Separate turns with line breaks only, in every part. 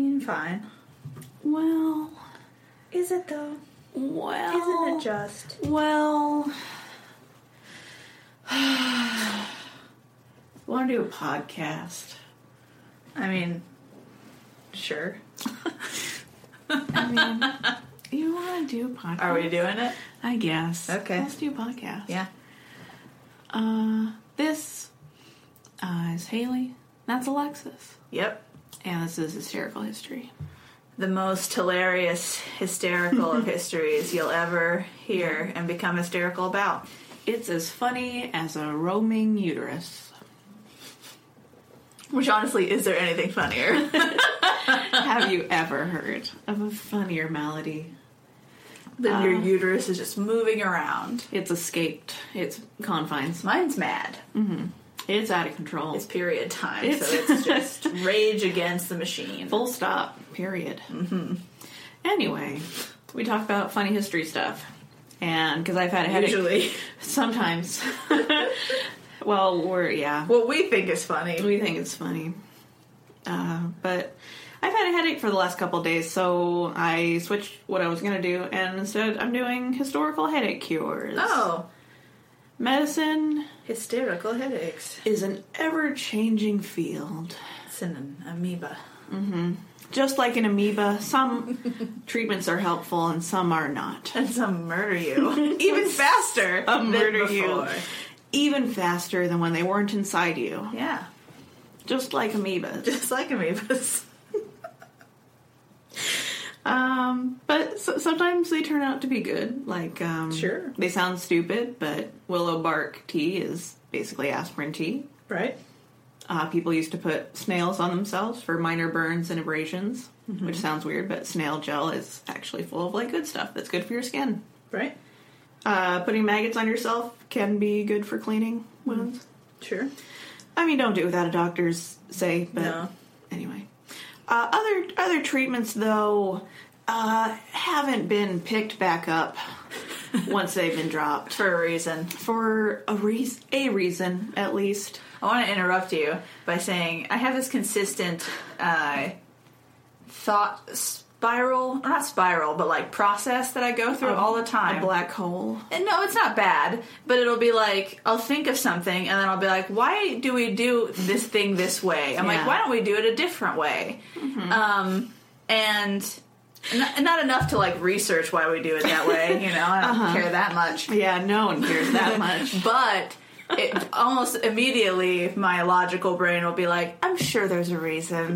Oh. to do a podcast?
I mean, sure.
I mean, you want to do a podcast?
Are we doing it?
I guess.
Okay.
Let's do a podcast.
Yeah.
Uh, this uh, is Haley. That's Alexis.
Yep.
And this is Hysterical History.
The most hilarious, hysterical of histories you'll ever hear and become hysterical about.
It's as funny as a roaming uterus.
Which honestly, is there anything funnier?
Have you ever heard of a funnier malady?
than
Uh.
your uterus is just moving around.
It's escaped its confines.
Mine's mad.
It's out of control.
It's period time, so
It's-
it's just rage against the machine.
Full stop. Period. Mm-hmm. Anyway, we talk about funny history stuff, and because I've had a headache
Usually,
sometimes. well, we're yeah,
what we think is funny.
we think it's funny, uh, but I've had a headache for the last couple of days, so I switched what I was gonna do, and instead I'm doing historical headache cures.
Oh,
medicine
hysterical headaches.
is an ever-changing field.
It's in an amoeba.
Just like an amoeba, some treatments are helpful and some are not.
And some murder you even faster.
Some
than
murder you.
before.
even faster than when they weren't inside you,
Yeah,
just like amoebas.
just like amoebas.
Um, but so- sometimes they turn out to be good. Like, um,
Sure.
they sound stupid, but willow bark tea is basically aspirin tea.
Right?
Uh, people used to put snails on themselves for minor burns and abrasions, which sounds weird, but snail gel is actually full of like good stuff that's good for your skin.
Right?
Uh, putting maggots on yourself can be good for cleaning wounds.
Sure.
I mean, don't do it without a doctor's say, but
No.
anyway. Uh, other other treatments though uh, haven't been picked back up once they've been dropped
For a reason.
for a reason, a reason at least.
I want to interrupt you by saying I have this consistent uh, thought spiral, or not spiral, but like process that I go through all the
A
time.
black hole.
and no, it's not bad, but it'll be like I'll think of something and then I'll be like, why do we do this thing this way?
Yeah.
I'm
Mm-hmm.
like, why don't we do it a different way? Um, and. Not, not enough to like research why we do it that way, you know. I don't care that much
Yeah, no one cares that Uh-huh. much.
but it, almost immediately my logical brain will be like i'm sure there's a reason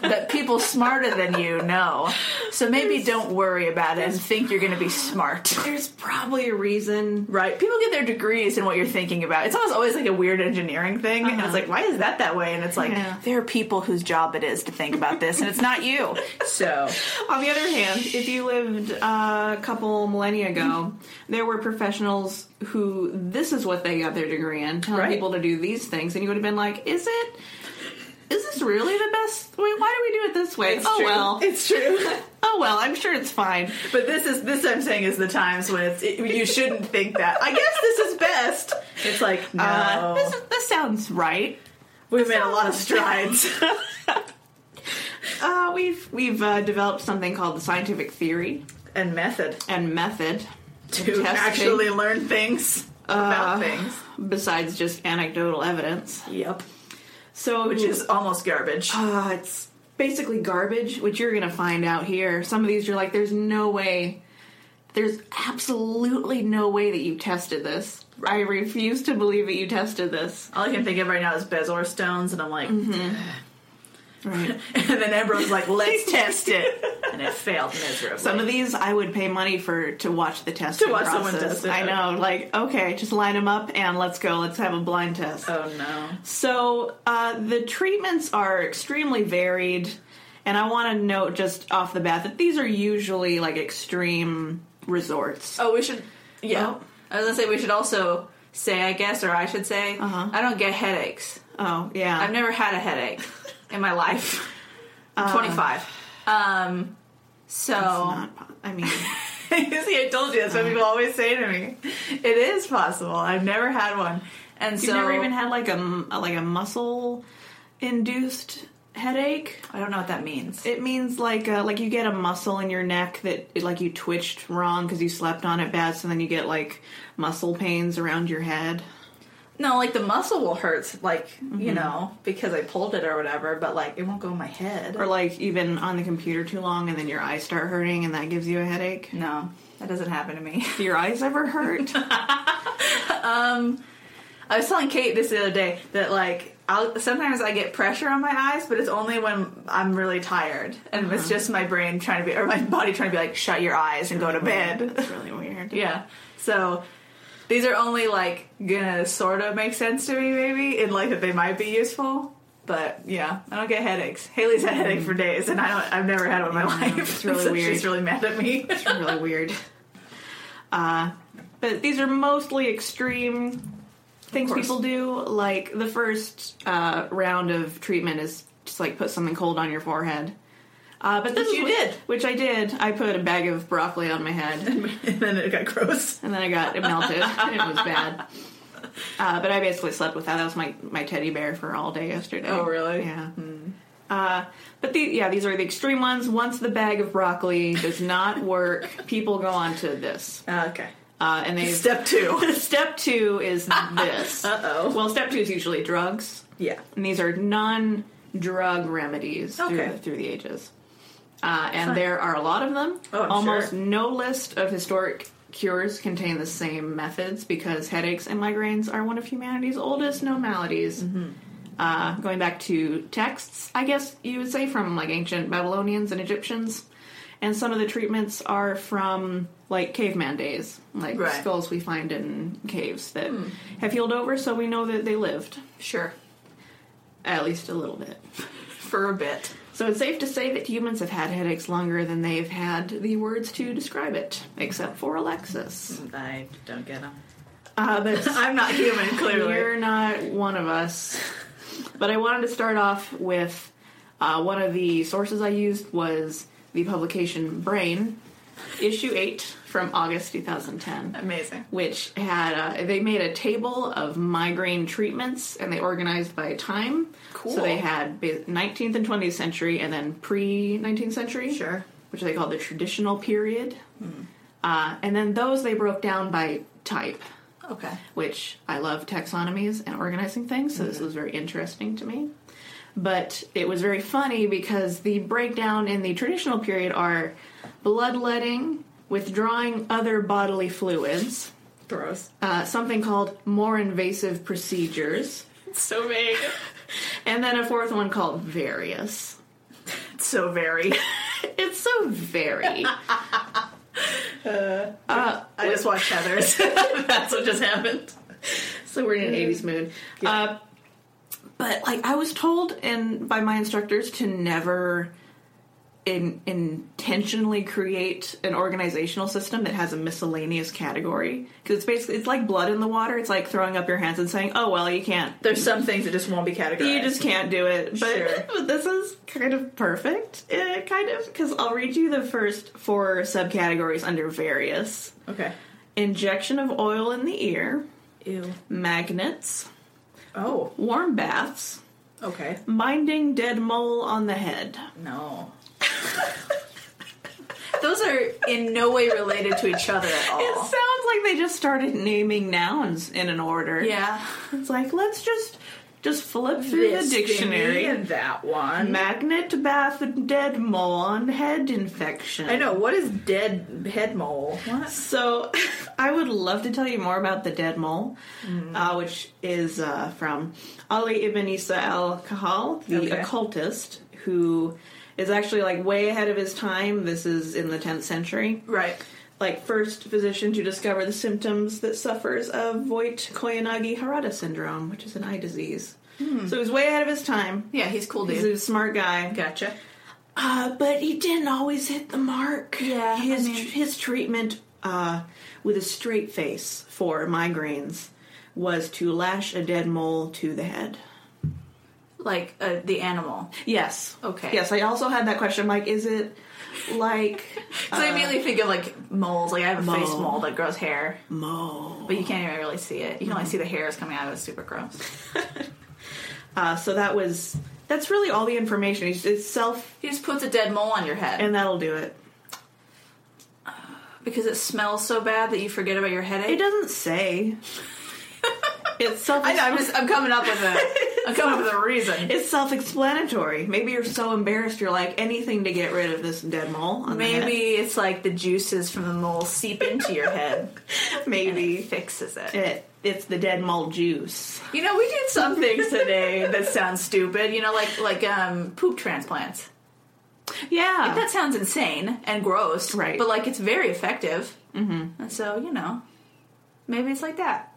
that people smarter than you know so maybe don't worry about it and think you're going to be smart
There's probably a reason.
right people get their degrees in what you're thinking about it's almost always like a weird engineering thing and it's like why is that that way and it's like
Uh-huh. Yeah.
there are people whose job it is to think about this and it's not you so
On the other hand, if you lived uh, a couple millennia ago, there were professionals who this is what they got their degree in, telling
Right.
people to do these things, and you would have been like, "Is it? Is this really the best? Wait, why do we do it this way? oh well,
it's true
oh well. I'm sure it's fine.
But this is this I'm saying is the times when it's it, you shouldn't think that. I guess this is best. It's like no,
Uh, this is, this sounds right.
we've made a lot of strides.
Uh, we've we've uh, developed something called the scientific theory
and method
and method
to
Testing. Uh.
actually learn things about things.
besides just anecdotal evidence.
Yep,
So
which is almost garbage.
Uh, it's basically garbage, which you're gonna find out here. Some of these you're like, there's no way, there's absolutely no way that you tested this. I refuse to believe that you tested this.
All I can think of right now is Bezor stones, and I'm like,
Right.
and then everyone's like, let's test it, and it failed miserably.
Some of these I would pay money for to watch the testing
watch
process.
someone test it,
I know, like, okay, just line them up and let's go. Let's have a blind test.
oh no,
So uh, the treatments are extremely varied, and I want to note just off the bat that these are usually like extreme resorts.
Oh, we should. Yeah,
Oh.
I was gonna say we should also say, I guess, or I should say, I don't get headaches.
Oh yeah,
I've never had a headache in my life. I'm 25. Um, so
not. po- I mean,
you see, I told you that's what people always say to me. It is possible. I've never had one, and so
you've never even had like a m- like a muscle induced headache.
I don't know what that means.
It means like uh, like you get a muscle in your neck that it, like you twitched wrong because you slept on it bad, so then you get like muscle pains around your head.
No, like the muscle will hurt, like you know, because I pulled it or whatever. But like, it won't go in my head.
Or like even on the computer too long and then your eyes start hurting and that gives you a headache.
no, that doesn't happen to me.
Do your eyes ever hurt?
I was telling Kate this the other day that like I'll, sometimes I get pressure on my eyes, but it's only when I'm really tired, and it's just my brain trying to be or my body trying to be like, shut your eyes and go to bed.
That's really weird.
yeah. So these are only like gonna sort of make sense to me, maybe, in like that they might be useful. But yeah, I don't get headaches. Haley's had a headache for days, and I don't. I've never had one in my life.
it's really
So
weird.
She's really mad at me.
It's really weird. Uh, but these are mostly extreme things
course.
people do. Like the first uh, round of treatment is just like put something cold on your forehead. Uh, but this
Which
is
you
what-
did.
which I did. I put a bag of broccoli on my head.
and then it got gross.
and then I got it melted. it was bad. Uh, but I basically slept with that. That was my, my teddy bear for all day yesterday.
Oh, really?
Yeah. Uh, but the, yeah, these are the extreme ones. Once the bag of broccoli does not work, people go on to this.
Oh, Okay.
Uh, and they
Step two.
step two is this.
Uh oh.
Well, step two is usually drugs,
Yeah.
and these are non-drug remedies through,
Okay.
the, through the ages. Uh, and there are a lot of them.
Oh, I'm
Almost
sure.
no list of historic cures contain the same methods because headaches and migraines are one of humanity's oldest known maladies.
Mm-hmm.
Uh, going back to texts, I guess you would say from like ancient Babylonians and Egyptians, and some of the treatments are from like caveman days, like
Right. Hmm.
skulls we find in caves that have healed over, so we know that they lived
Sure.
at least a little bit.
For a bit.
So it's safe to say that humans have had headaches longer than they've had the words to describe it, except for Alexis.
I don't get them.
Uh, but
I'm not human, clearly.
you're not one of us. But I wanted to start off with uh, one of the sources I used was the publication Brain, issue 8 from August 2010.
Amazing.
which had uh, they made a table of migraine treatments and they organized by time.
Cool.
So they had ba- 19th and 20th century, and then pre 19th century,
Sure. Hmm.
which they called the traditional period. Uh, and then those they broke down by type,
Okay.
which I love taxonomies and organizing things, so
Mm-hmm.
this was very interesting to me. But it was very funny because the breakdown in the traditional period are bloodletting, withdrawing other bodily fluids,
Gross.
uh, something called more invasive procedures,
It's so vague.
and then a fourth one called various.
It's so very.
It's so very.
I just watched Heather's. That's what just happened.
so we're in an 80s mood. Uh, but like I was told in by my instructors to never in, intentionally create an organizational system that has a miscellaneous category because it's basically it's like blood in the water. It's like throwing up your hands and saying, "Oh well, you can't
There's some things that just won't be categorized.
You just can't do it. But,
Sure.
but this is kind of perfect, uh, kind of, because I'll read you the first four subcategories under various
Okay.
injection of oil in the ear,
Ew.
magnets,
Oh.
warm baths,
Okay.
binding dead mole on the head.
No. Those are in no way related to each other at
It
all.
sounds like they just started naming nouns in an order.
yeah.
It's like, let's just just flip through
This
the dictionary.
thingy and that one.
Magnet bath dead mole on head infection.
I know. What is dead head mole? What?
So, I would love to tell you more about the dead mole, uh, which is uh, from Ali ibn Isa al Kahal, the
Okay.
occultist, who is actually like way ahead of his time. This is in the 10th century.
Right.
Like, first physician to discover the symptoms that suffers of Voigt Koyanagi Harada syndrome, which is an eye disease. So, he was way ahead of his time.
Yeah, he's cool,
He's
dude.
a smart guy.
Gotcha.
Uh, but he didn't always hit the mark.
Yeah, I
his
mean-
his treatment uh, with a straight face for migraines was to lash a dead mole to the head.
Like uh, the animal.
Yes.
Okay.
Yes, I also had that question. Like, is it like
So I immediately think of like moles. Like I have a face
mole.
Uh, mole that grows hair,
mole?
but you can't even really see it. You can only see the hairs coming out of it. It's super gross.
Uh, so that was that's really all the information. It's, it's self,
He just puts a dead mole on your head
and that'll do it.
because it smells so bad that you forget about your
It
headache.
doesn't say. It's self.
I know. I'm just. I'm coming up with a. I'm coming up with a reason.
It's self-explanatory. Maybe you're so embarrassed you're like anything to get rid of this dead mole. on the head.
Maybe it's like the juices from the mole seep into your head. Maybe
maybe
fixes it.
it, it's the dead mole juice.
You know, we did some things today that sound stupid. You know, like like um poop transplants.
Yeah,
That sounds insane and gross,
Right.
But like, it's very effective. Mm-hmm. And so, you know, maybe it's like that.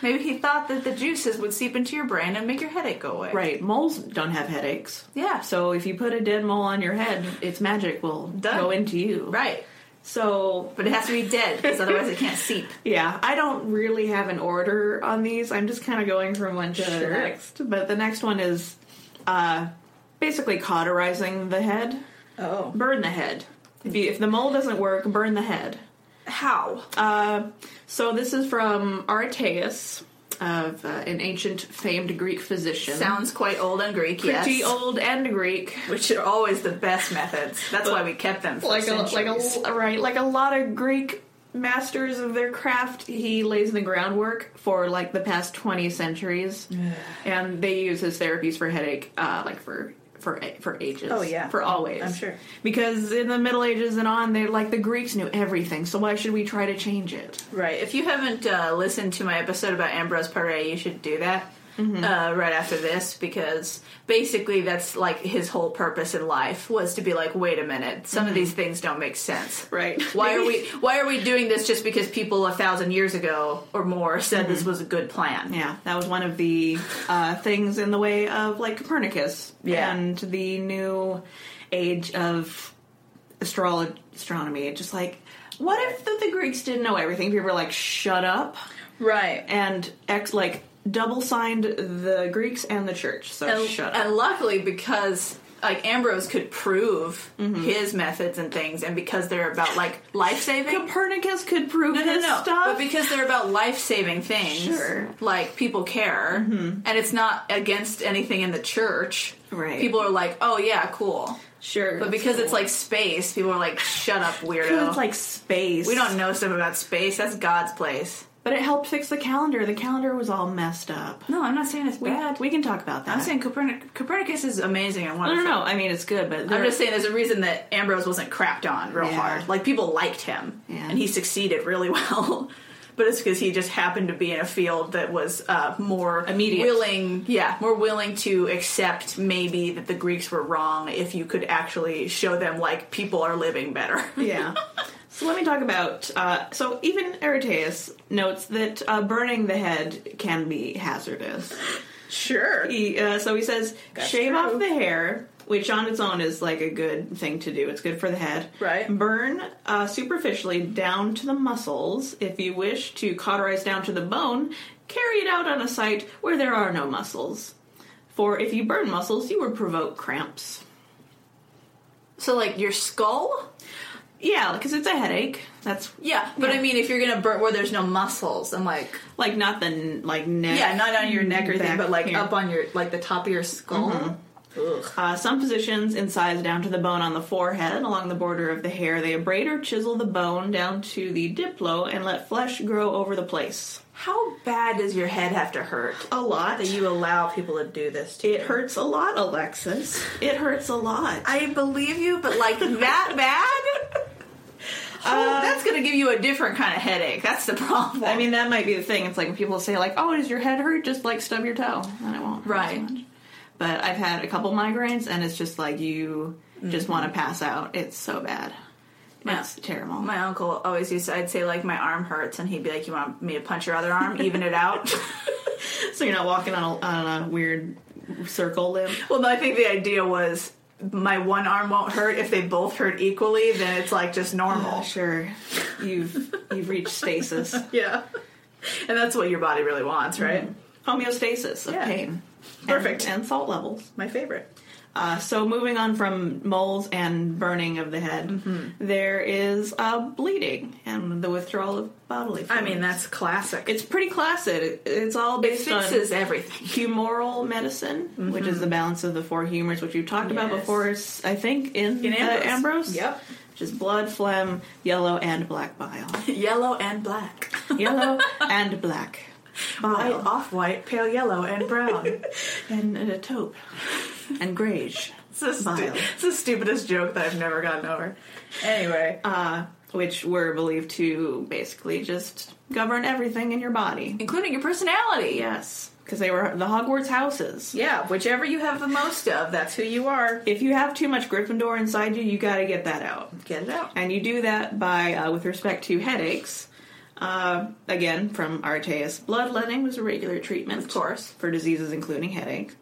Maybe he thought that the juices would seep into your brain and make your headache go away.
right. Moles don't have headaches.
Yeah.
So
So,
if you put a dead mole on your head, its magic will
Done.
go into you.
right.
So,
But it has to be dead because otherwise it can't seep.
yeah, I don't really have an order on these. I'm just kind of going from one to the
Sure.
next. But the next one is uh, basically cauterizing the head.
Oh.
Burn the head. If, you, if the mole doesn't work, burn the head.
How?
Uh, so this is from Aretaeus, of uh, an ancient famed Greek physician.
Sounds quite old and Greek,
pretty
yes.
old and Greek.
Which are always the best methods. That's why we kept them for
like a, like
centuries.
a right like a lot of greek masters of their craft he lays the groundwork for like the past 20 centuries and they use his therapies for headache uh, like for for for ages
Oh, yeah.
for always
I'm sure.
because in the middle ages and on they're like the greeks knew everything so why should we try to change it
Right. If you haven't uh, listened to my episode about Ambrose Paré, you should do that
Mm-hmm.
uh, right after this because basically that's like his whole purpose in life was to be like, wait a minute, some of these things don't make sense.
Mm-hmm. Right.
Why are we Why are we doing this just because people a thousand years ago or more said this was a good plan?
Mm-hmm. yeah that was one of the uh, things in the way of like copernicus
Yeah.
and the new age of astrology astronomy just like what if the, the greeks didn't know everything people were like shut up
Right.
and ex like double signed the greeks and the church so
And,
shut up
and luckily because. Like Ambrose could prove his methods and things, and because they're about like life saving,
copernicus could prove
oh. No, no,
his
no.
stuff
But because they're about life saving things,
Sure.
like people care, and it's not against anything in the church.
Right.
People are like, oh yeah, cool.
sure
But because it's like space, people are like, shut up, weirdo.
it's like space
we don't know stuff about space. That's God's place.
but it helped fix the calendar the calendar was all messed up
No, I'm not saying it's
we,
bad.
we can talk about that
I'm saying Copernic- Copernicus is amazing and
I
wonderful.
don't know. I mean, it's good, but
I'm
there-
just saying there's a reason that Ambrose wasn't crapped on real
Yeah.
hard. Like people liked him
Yeah.
and he succeeded really well. But it's because he just happened to be in a field that was uh, more
Immediate.
willing, yeah, more willing to accept maybe that the Greeks were wrong if you could actually show them like people are living better.
yeah. So let me talk about. Uh, so even Aretaeus notes that uh, burning the head can be hazardous.
Sure,
He, uh, so he says, shave
true.
off the hair, which on its own is like a good thing to do. It's good for the head.
Right.
Burn uh, superficially down to the muscles. If you wish to cauterize down to the bone, carry it out on a site where there are no muscles. For if you burn muscles, you would provoke cramps.
So like your skull,
Yeah, because it's a headache. That's
yeah. But I mean, if you're gonna burn where there's no muscles, I'm like,
like not the n- like neck.
yeah, not on your neck or anything,
Back
but like
here.
up on your like the top of your skull. Ugh.
Uh, some physicians incise down to the bone on the forehead, along the border of the hair. They abrade or chisel the bone down to the diplo and let flesh grow over the place.
How bad does your head have to hurt?
A lot.
that you allow people to do this to you.
It hurts a lot, Alexis. It hurts a lot.
I believe you, but like that bad? Oh, that's gonna give you a different kind of headache. That's the problem.
I mean, that might be the thing. It's like when people say, like, "Oh, does your head hurt?" Just like stub your toe, and it won't. Hurt
Right.
As much. But I've had a couple migraines, and it's just like you just want to pass out. It's so bad.
Mm-hmm. Yeah.
It's terrible.
my uncle always used to, I'd say like my arm hurts, and he'd be like, "You want me to punch your other arm, even it out?"
So you're not walking on a, on a weird circle limb.
well, no, I think the idea was my one arm won't hurt if they both hurt equally. Then it's like just normal.
sure, you've you've reached stasis,
yeah, and that's what your body really wants, right?
homeostasis of
Yeah.
pain,
Perfect.
and, and salt levels.
My favorite.
Uh, so moving on from moles and burning of the head,
Mm-hmm.
there is uh, bleeding and the withdrawal of bodily.
I
Fluids.
mean, that's classic.
it's pretty classic. It's all
it
based on
fixes everything.
humoral medicine, which is the balance of the four humors, which we've talked about
Yes.
before. s- I think in,
In
uh,
Ambrose.
Ambrose,
Yep.
which is blood, phlegm, yellow, and black bile.
Yellow and black.
yellow and black.
White,
Bile.
off white, pale yellow, and brown.
and, and a taupe. And greige.
it's, the stu-
Bile.
it's the stupidest joke that I've never gotten over. Anyway,
Uh, which were believed to basically just govern everything in your body.
including your personality.
Yes, because they were the Hogwarts houses.
Yeah, whichever you have the most of, that's who you are.
If you have too much Gryffindor inside you, you got to get that out.
Get it out.
And you do that by, uh, with respect to headaches, uh, again from Arteus, bloodletting was a regular treatment, of
course. Mm-hmm.
for diseases including headache.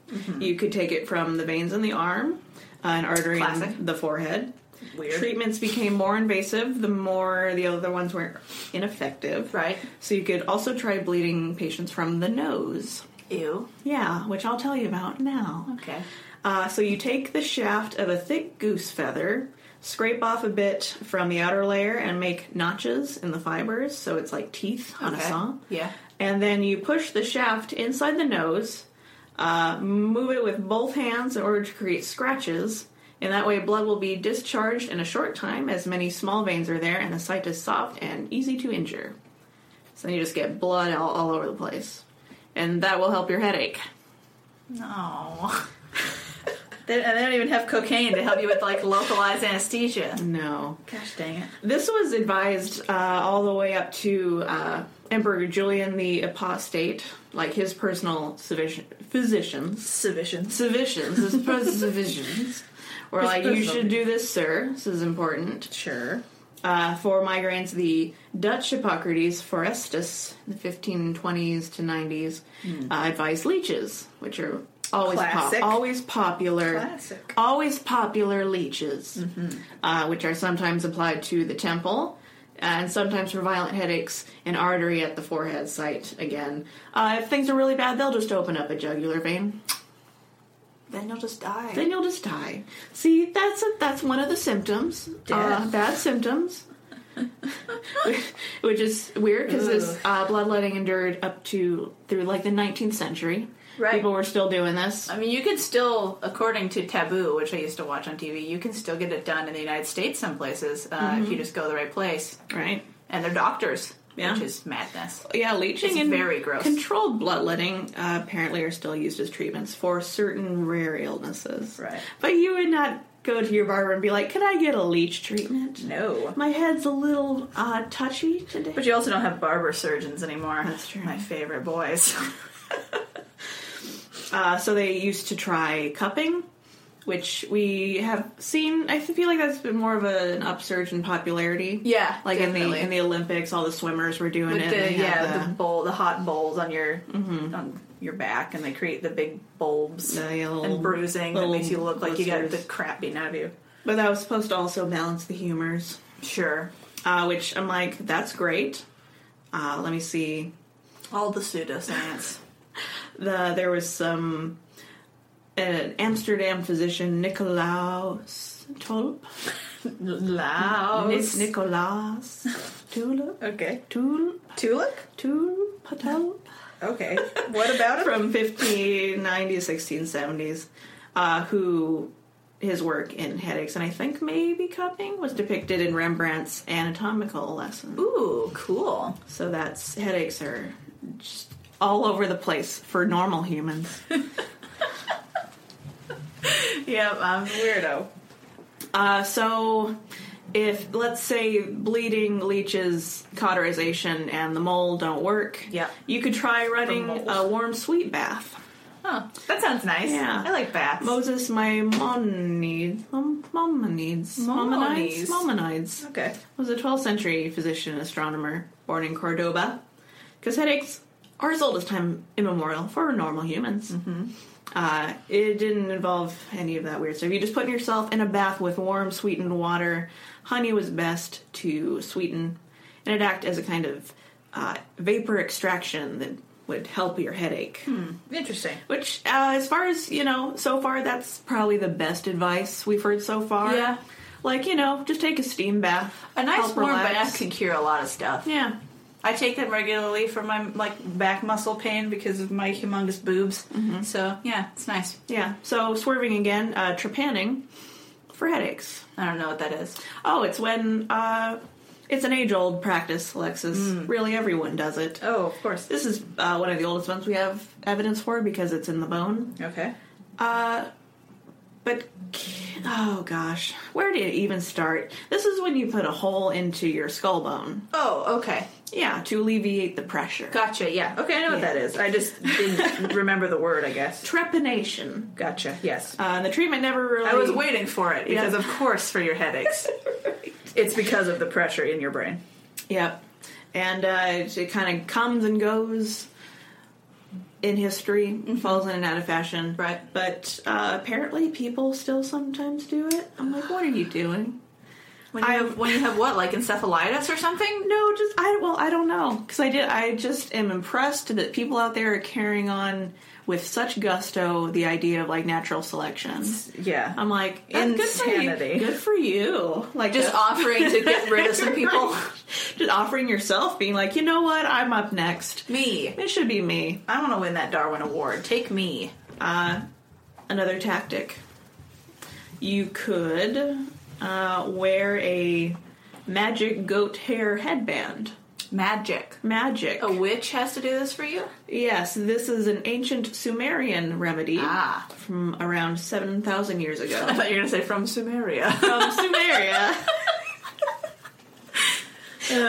You could take it from the veins in the arm, uh, an artery
Classic.
in the forehead.
Weird.
Treatments became more invasive the more the other ones were ineffective.
Right.
So you could also try bleeding patients from the nose.
Ew.
Yeah, which I'll tell you about now.
Okay.
Uh, so you take the shaft of a thick goose feather, scrape off a bit from the outer layer, and make notches in the fibers, so it's like teeth on a
Okay.
saw.
Yeah.
And then you push the shaft inside the nose, uh, move it with both hands in order to create scratches. And that way, blood will be discharged in a short time, as many small veins are there, and the site is soft and easy to injure. So then you just get blood all, all over the place. And that will help your headache.
No. they, and they don't even have cocaine to help you with like localized anesthesia.
No.
Gosh dang it.
This was advised uh, all the way up to uh, Emperor Julian the Apostate, like his personal physician, physicians.
Submissions.
Physicians, his pers- physicians were like, you should do this, sir. This is important.
Sure.
Uh, for migraines, the Dutch Hippocrates Forestus, in the 1520s to 90s, uh, advised leeches, which are always pop-
Hmm. Classic.
always popular,
Classic.
always popular leeches, uh, which are sometimes applied to the temple. And sometimes for violent headaches, an artery at the forehead site again. Uh, if things are really bad, they'll just open up a jugular vein.
Then you'll just die.
Then you'll just die. See, that's a, that's one of the symptoms. Uh,
Death.
bad symptoms. Which is weird because this uh, bloodletting endured up to through like the 19th century.
Right.
People were still doing this.
I mean, you can still, according to Taboo, which I used to watch on TV, you can still get it done in the United States some places uh,
Mm-hmm.
if you just go the right place.
Right.
And they're doctors,
Yeah.
which is madness.
Yeah, leaching
It's
and
very gross.
controlled bloodletting uh, apparently are still used as treatments for certain rare illnesses.
Right.
But you would not go to your barber and be like, "Can I get a leech treatment?
No.
My head's a little uh, touchy today."
But you also don't have barber surgeons anymore.
That's true.
My favorite boys.
Uh, so they used to try cupping, which we have seen. I feel like that's been more of a, an upsurge in popularity.
yeah.
Like in the
definitely.
in the Olympics, all the swimmers were doing
With
it.
the,
They had
yeah, the, bowl, the hot bowls on your on your back, and they create the big bulbs
The little-
and bruising that
little
makes you look like you got the
blisters.
crap beaten out of you.
but that was supposed to also balance the humors.
Sure,
Uh, which I'm like, that's great. Uh, let me see.
all the pseudoscience.
The there was some an Amsterdam physician Nicolaus Tulp.
Loud.
Nicolaus Tulip
Okay.
Tulip
Tulip.
Tulip Tulip.
Okay. What about it?
from 1590s, 1670s, uh, who his work in headaches and I think maybe cupping was depicted in Rembrandt's anatomical lesson.
Ooh, cool.
So that's headaches are just all over the place for normal humans.
Yep, I'm a weirdo.
Uh, so if let's say bleeding, leeches, cauterization, and the mole don't work,
Yep.
you could try running
mole.
a warm sweet bath.
Huh. That sounds nice.
Yeah.
I like baths.
Moses, my mom needs, mom needs,
Maimonides.
Maimonides
okay.
was a 12th century physician and astronomer born in Cordoba. Because headaches are as old as time immemorial for normal humans. Uh, it didn't involve any of that weird stuff. You just put yourself in a bath with warm, sweetened water. Honey was best to sweeten, and it act as a kind of uh, vapor extraction that would help your headache.
Interesting.
Which, uh, as far as you know, so far that's probably the best advice we've heard so far.
Yeah.
like you know, just take a steam bath.
A nice
help
warm
relax.
bath can cure a lot of stuff.
Yeah,
I take them regularly for my like back muscle pain because of my humongous boobs. So yeah, it's nice.
yeah. So swerving again, uh, trepanning for headaches.
I don't know what that is.
Oh, it's when uh, It's an age old practice, Alexis. Really, everyone does it.
Mm. Oh, of course.
This is uh, one of the oldest ones we have evidence for because it's in the bone.
Okay.
Uh, but c- oh gosh, where do you even start? This is when you put a hole into your skull bone.
Oh, okay.
Yeah, to alleviate the pressure.
Gotcha. Yeah. Okay, I know what
Yeah.
that is. I just didn't remember the word. I guess.
Trepanation.
Gotcha. Yes.
Uh, and the treatment never really.
I was waiting for it because,
Yeah.
of course, for your headaches. It's because of the pressure in your brain.
Yep. And uh, it, kind of comes and goes in history, falls in and out of fashion.
Right.
But uh, apparently, people still sometimes do it. I'm like, what are you doing?
When
I-
when you have what, like encephalitis or something?
No, just I well, I don't know because I did. I just am impressed that people out there are carrying on with such gusto the idea of like natural selection.
Yeah.
I'm like
That's good for you.
insanity. Good for you. Like
just
that's-
offering to get rid of some people.
just offering yourself, being like, you know what, I'm up next.
Me.
It should be me.
I want to win that Darwin Award. Take me.
Uh, another tactic. You could uh, wear a magic goat hair headband.
Magic.
Magic.
A witch has to do this for you?
Yes, this is an ancient Sumerian remedy
Ah.
from around 7,000 years
I
ago.
thought you were going to say from Sumeria.
from Sumeria.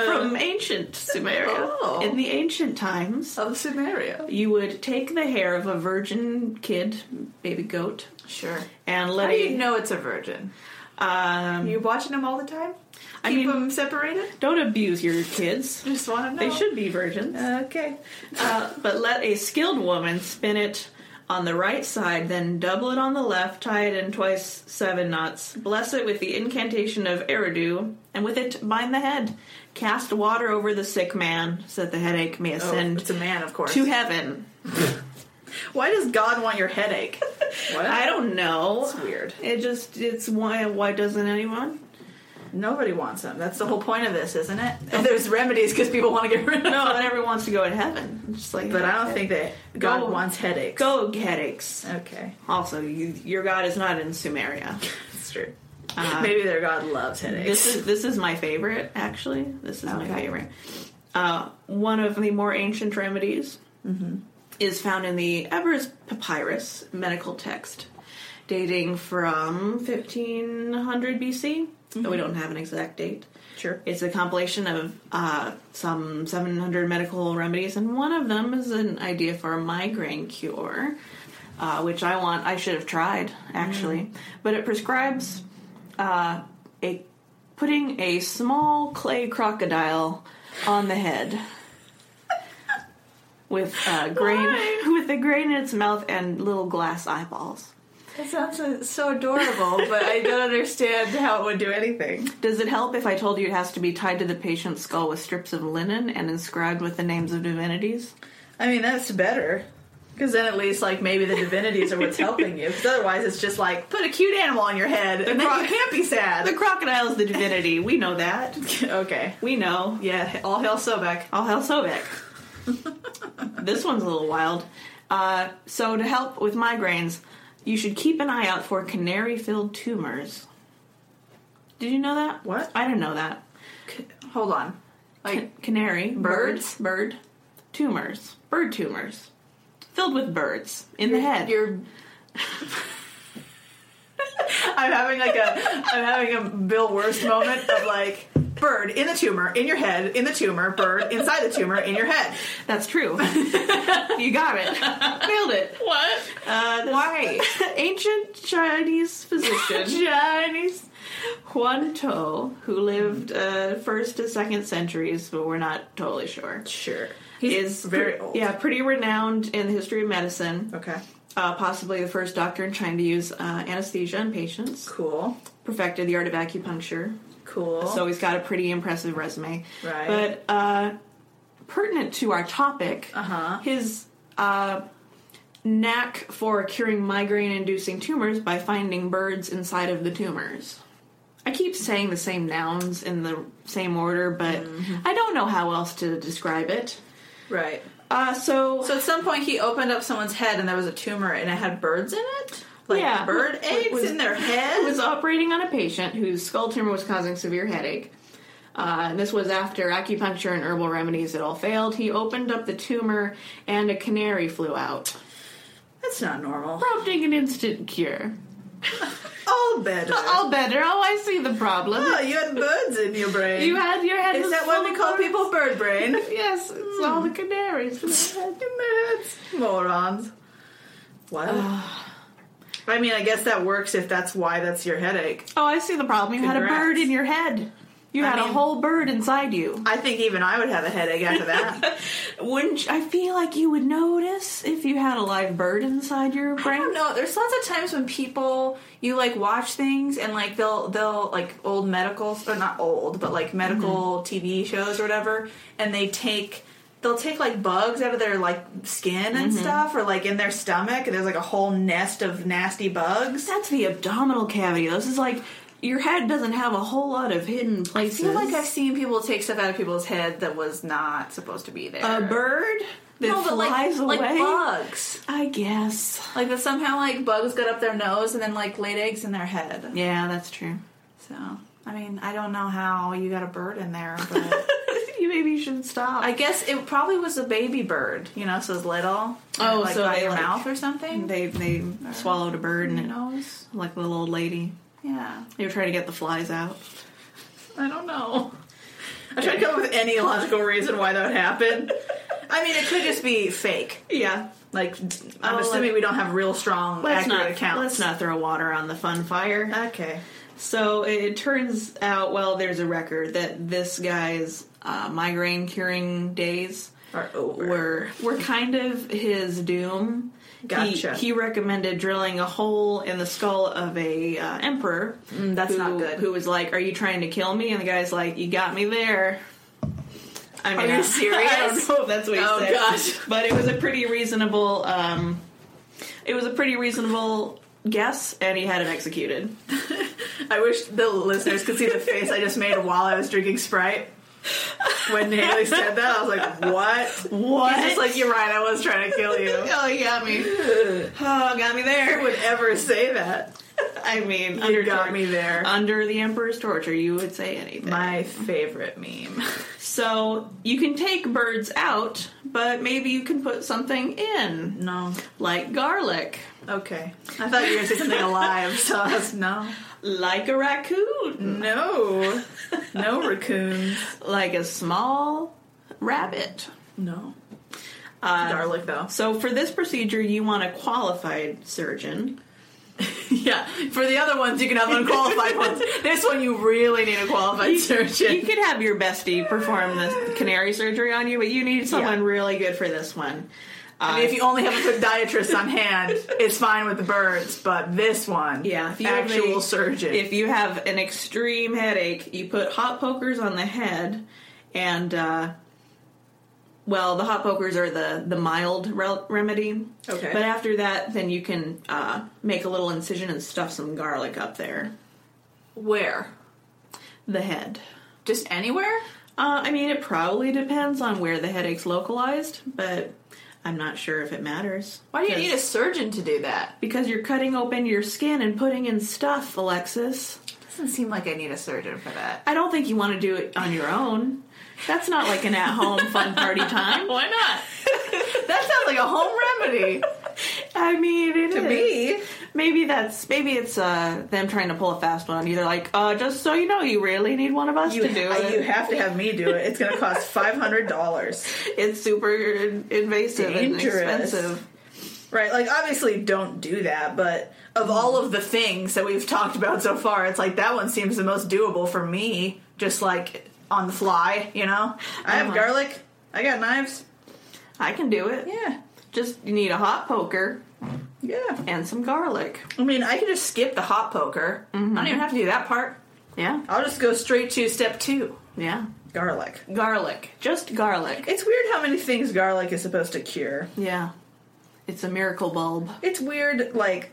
from ancient Sumeria.
Uh. Oh.
In the ancient times,
of Sumeria.
you would take the hair of a virgin kid, baby goat,
Sure.
and
How
let
do you
it.
know it's a virgin?
um,
you watching them all the time? Keep
I mean-
them separated?
Don't abuse your kids.
Just want to
They
know.
should be virgins.
Okay.
Uh, but let a skilled woman spin it on the right side, then double it on the left, tie it in twice seven knots, bless it with the incantation of Eridu, and with it bind the head. Cast water over the sick man so that the headache may
Oh,
ascend
it's a man, of course.
to heaven.
Why does God want your headache? what?
I don't know.
That's weird.
It just, it's why, why doesn't anyone?
Nobody wants them. That's the whole point of this, isn't it? There's remedies because people want to get rid of
No
them.
one ever wants to go to heaven. It's Just like,
But I don't think that God
Go-
wants headaches.
Go headaches.
Okay,
Also, you, your God is not in Sumeria.
that's true.
Uh,
Maybe their God loves headaches.
This is this is my favorite, actually. This is my
Okay.
favorite. Uh, one of the more ancient remedies
Mm-hmm.
is found in the Evers Papyrus medical text, dating from 1500 BC. Though
Mm-hmm.
we don't have an exact date.
sure.
It's a compilation of uh, some 700 medical remedies, and one of them is an idea for a migraine cure, uh, which I want. I should have tried actually, but it prescribes uh, a putting a small clay crocodile on the head with uh, grain
Why?
with a grain in its mouth and little glass eyeballs.
It sounds so, so adorable, but I don't understand how it would do anything.
Does it help if I told you it has to be tied to the patient's skull with strips of linen and inscribed with the names of divinities?
I mean, that's better. Because then at least, like, maybe the divinities are what's helping you. Because otherwise, it's just like, put a cute animal on your head, and then
cro-
you can't be
The
sad.
crocodile is the divinity. We know that.
okay.
We know.
Yeah, all hail Sobek.
All hell Sobek. this one's a little wild. Uh, so, to help with migraines, you should keep an eye out for canary filled tumors. Did you know that?
What?
I didn't know that.
Hold on. Like,
Ca- canary.
Birds?
Bird. Tumors. Bird tumors. Filled with birds in the head.
You're. I'm having like a I'm having a Bill Worst moment of like bird in the tumor in your head in the tumor bird inside the tumor in your head.
That's true. you got it. Nailed it.
What?
Uh, this-
Why?
Ancient Chinese physician
Chinese.
Huan To, who lived uh, first to second centuries, but we're not totally sure,
Sure.
is
He's very
pre-
old.
Yeah, pretty renowned in the history of medicine.
Okay.
Uh, possibly the first doctor in China to use uh, anesthesia on patients.
Cool.
Perfected the art of acupuncture.
Cool.
So he's got a pretty impressive resume.
Right.
But uh, pertinent to our topic,
Uh-huh.
his uh, knack for curing migraine inducing tumors by finding birds inside of the tumors. I keep saying the same nouns in the same order, but
Mm-hmm.
I don't know how else to describe it.
right.
Uh, so,
So at some point he opened up someone's head and there was a tumor and it had birds in it. Like
Yeah.
bird
Was-
eggs
was-
in their
he
head.
was operating on a patient whose skull tumor was causing severe headache. Uh, and this was after acupuncture and herbal remedies had all failed. He opened up the tumor, and a canary flew out,
That's not normal.
prompting an instant cure.
All better.
All better. Oh, I see the problem.
Oh, you had birds in your brain.
You had your head.
Is
was
that why
full
we
of
call
birds.
people bird brain?
Yes, it's all the canaries. in their head.
Morons. What? I mean, I guess that works if that's why that's your headache.
oh, I see the problem. You had a
Congrats.
bird in your head. You
I
had a
mean-
whole bird inside you.
I think even I would have a headache after that.
Wouldn't you- I feel like you would notice if you had a live bird inside your
I don't
brain?
know. There's lots of times when people you like watch things and like they'll they'll like old medical or not old but like medical TV shows or whatever, and they take they'll take like bugs out of their like skin and stuff or like in their stomach, and there's like a whole nest of nasty bugs.
That's the abdominal cavity. This is like your head doesn't have a whole lot of hidden places.
I feel like I've seen people take stuff out of people's head that was not supposed to be there.
a bird that
no, but
flies
like,
away.
like bugs.
I guess.
Like that somehow like bugs got up their nose and then like laid eggs in their head.
Yeah, that's true.
So I mean, I don't know how you got a bird in there, but
you maybe should stop.
I guess it probably was a baby bird, you know, so it's little. and
Oh,
it, like
so
got in
they,
your
like-
mouth or something.
they they swallowed a bird and
Your
it,
nose.
like a little old lady.
Yeah.
They were trying to get the flies out.
I don't know. I tried to come up with any logical reason why that would happen. I mean, it could just be fake.
Yeah,
Like, I'm
Oh,
assuming
like-
we don't have real strong,
let's
accurate
not
accounts.
let's not throw water on the fun fire.
Okay.
So it turns out, well, there's a record that this guy's uh, migraine curing days
Or over.
were were kind of his doom. He-
Gotcha.
He, recommended drilling a hole in the skull of a uh, emperor.
Mm, that's
who-
not good.
Who was like, "Are you trying to kill me?" And the guy's like, "You got me there." I mean,
you
I-
serious?
I don't know if that's what he
Oh,
said.
gosh.
But it was a pretty reasonable. Um, it was a pretty reasonable guess, and he had it executed.
I wish the listeners could see the face I just made while I was drinking Sprite. When Haley said that, I was like, what?
What?
It's like, you're right, I was trying to kill you.
Oh, you got me. Oh, got me
Who
there.
would ever say that?
I mean,
You got me there.
Under the emperor's torture, you would say anything.
My favorite meme.
so you can take birds out, but maybe you can put something in,
No.
like garlic,
Okay. I thought you were going to say something alive, so I was, no.
like a raccoon,
No. No raccoons.
like a small rabbit.
No.
Uh,
Garlic, though.
so for this procedure, you want a qualified surgeon.
Yeah. For the other ones, you can have unqualified ones. This one, you really need a qualified surgeon.
You could have your bestie perform the canary surgery on you, but you need someone
Yeah.
really good for this one.
I mean, if you only have a podiatrist on hand, it's fine with the birds, but this one,
Yeah, if you have
actual
a-
surgeon.
If you have an extreme headache, you put hot pokers on the head, and uh, well, the hot pokers are the the mild rel remedy.
Okay.
But after that, then you can uh, make a little incision and stuff some garlic up there,
Where?
the head.
Just anywhere?
Uh, I mean, it probably depends on where the headache's localized, but I'm not sure if it matters.
Why do you
'Cause-
need a surgeon to do that?
Because you're cutting open your skin and putting in stuff, Alexis.
Doesn't seem like I need a surgeon for that.
I don't think you want to do it on your own. That's not like an at-home fun party time.
Why not? that sounds like a home remedy
I mean, it
to
is.
me.
Maybe that's maybe it's uh, them trying to pull a fast one on you. They're like, uh, just so you know, you really need one of us to do it.
have to have me do it. It's going to cost five hundred dollars,
it's super in- invasive
Dangerous.
and expensive.
right? Like, obviously, don't do that. But of all of the things that we've talked about so far, it's like that one seems the most doable for me. Just like on the fly, you know. I
Uh-huh.
garlic. I got knives.
I can do it.
Yeah,
Just you need a hot poker
yeah.
and some garlic.
I mean, I could just skip the hot poker. I don't even have to do that part.
Yeah,
I'll just go straight to step two:
yeah.
garlic.
Garlic, just garlic.
It's weird how many things garlic is supposed to cure.
Yeah, it's a miracle bulb.
It's weird, like,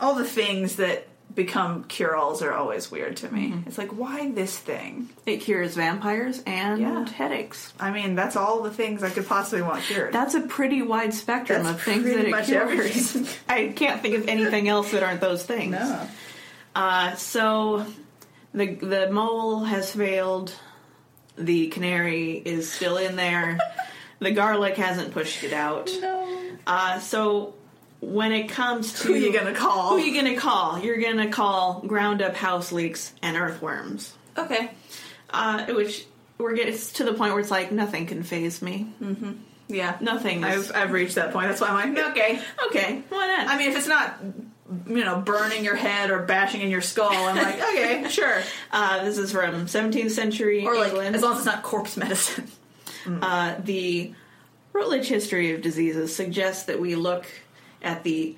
all the things that become cure alls are always weird to me. It's like, why this thing?
It cures vampires and
Yeah.
headaches.
I mean, that's all the things I could possibly want cured.
That's a pretty wide spectrum
That's
of things
pretty
that it
much
cures.
everything.
I can't think of anything else that aren't those things.
no.
Uh, so the the mole has failed. The canary is still in there. the garlic hasn't pushed it out.
No.
Uh, so when it comes to
Who you gonna call?
who you gonna call? You're gonna call ground up house leeks and earthworms.
Okay.
Uh, which we're getting it's to the point where it's like nothing can phase me.
Yeah.
Nothing. Is,
Mm-hmm. I've I've reached that point. That's why I'm like, okay.
okay, why not?
I mean, if it's not you know burning your head or bashing in your skull, I'm like, okay, sure.
uh, this is from 17th century
Or like,
England.
as long as it's not corpse medicine.
Uh, the Routledge History of Diseases suggests that we look at the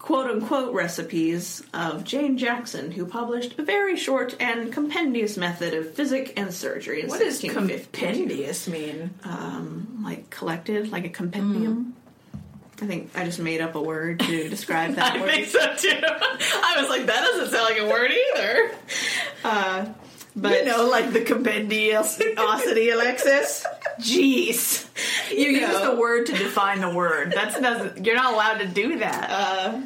quote unquote recipes of Jane Jackson, who published a very short and compendious method of physic and surgery in
What does
1650.
compendious mean?
um, like collected, like a compendium?
Mm.
I think I just made up a word to describe that word.
so too. Uh, I was like, that doesn't sound like a word either.
Uh, But
you know, like the compendiosity, Alexis. Jeez, you
You
use
know.
the word to define the word. That's doesn't. You're not allowed to do that.
Uh,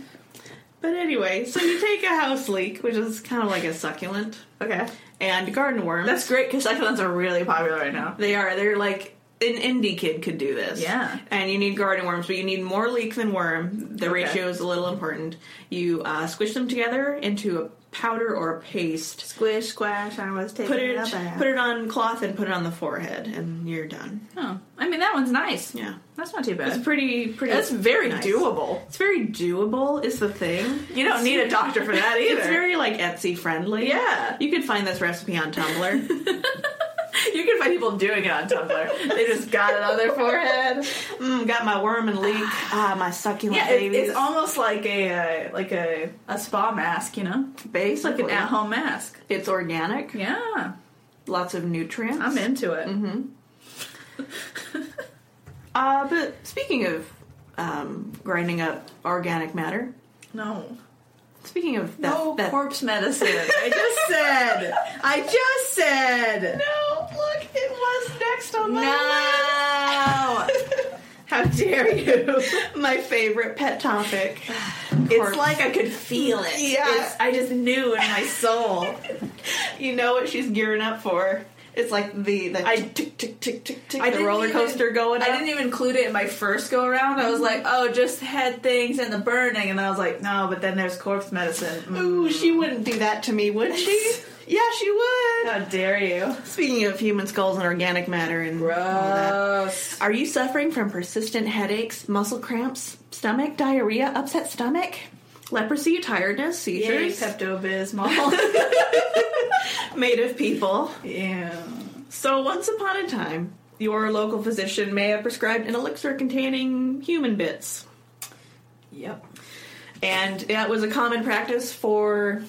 but anyway, so you take a house leek, which is kind of like a succulent,
okay,
and garden worm.
that's great because succulents are really popular right now.
They are. They're like an indie kid could do this.
Yeah.
And you need garden worms, but you need more leek than worm. The
Okay.
ratio is a little important. You uh, squish them together into a powder or a paste.
Squish, squash. I was taking
Put it put it on cloth and put it on the forehead, and you're done.
oh, I mean that one's nice.
Yeah.
That's not too
It's
bad.
pretty pretty.
That's very
nice.
doable.
It's very doable. Is the thing.
You don't need a doctor for that either.
It's very like Etsy friendly.
Yeah.
You could find this recipe on Tumblr.
you can find people doing it on Tumblr. they just got it on their forehead.
mm, got my worm and leek. Ah, my succulent
Yeah, it,
babies.
it's almost like a uh, like a, a spa mask, you know,
based
like an at home mask.
It's organic.
Yeah,
lots of nutrients.
I'm into it.
Mm-hmm. Uh, but speaking of um, grinding up organic matter,
No,
speaking of that,
no
that
corpse medicine. I just said. I just said.
no, look, it was next on
No.
list.
How dare you?
my favorite pet topic.
It's like I could feel it.
Yeah.
It's- I just knew in my soul.
you know what she's gearing up for. It's like the the
I-
tick tick tick tick tick.
I
the
didn't
roller
even-
coaster going
I
up.
didn't even include it in my first go around. I was like, oh, just head things and the burning, and I was like, no, but then there's corpse medicine. Mm.
Ooh, she wouldn't do that to me, would she? yeah, she would.
How dare you?
Speaking of human skulls and organic matter and all that.
Gross.
Are you suffering from persistent headaches, muscle cramps, stomach, diarrhea, upset stomach, leprosy, tiredness,
Yay,
seizures?
Pepto Bismol.
made of people.
yeah.
So, once upon a time, your local physician may have prescribed an elixir containing human bits.
Yep.
And that was a common practice for,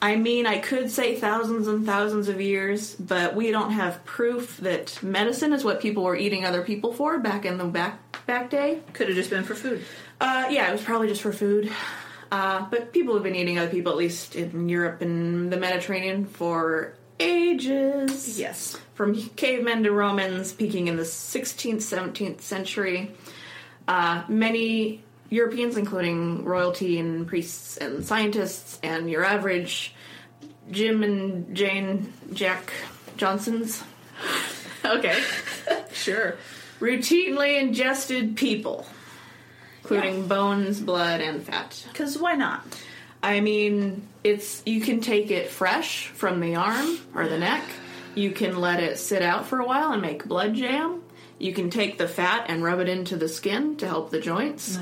I mean, I could say thousands and thousands of years, but we don't have proof that medicine is what people were eating other people for back in the back, back day.
Could have just been for food.
Uh, yeah, it was probably just for food. Uh, but people have been eating other people, at least in Europe and the Mediterranean, for ages.
Yes.
From cavemen to Romans, peaking in the 16th, 17th century. Uh, many Europeans, including royalty and priests and scientists, and your average Jim and Jane Jack Johnsons,
Okay. sure.
routinely ingested people, including bones, blood, and fat.
Because why not?
I mean, it's you can take it fresh from the arm or the neck. You can let it sit out for a while and make blood jam. You can take the fat and rub it into the skin to help the joints.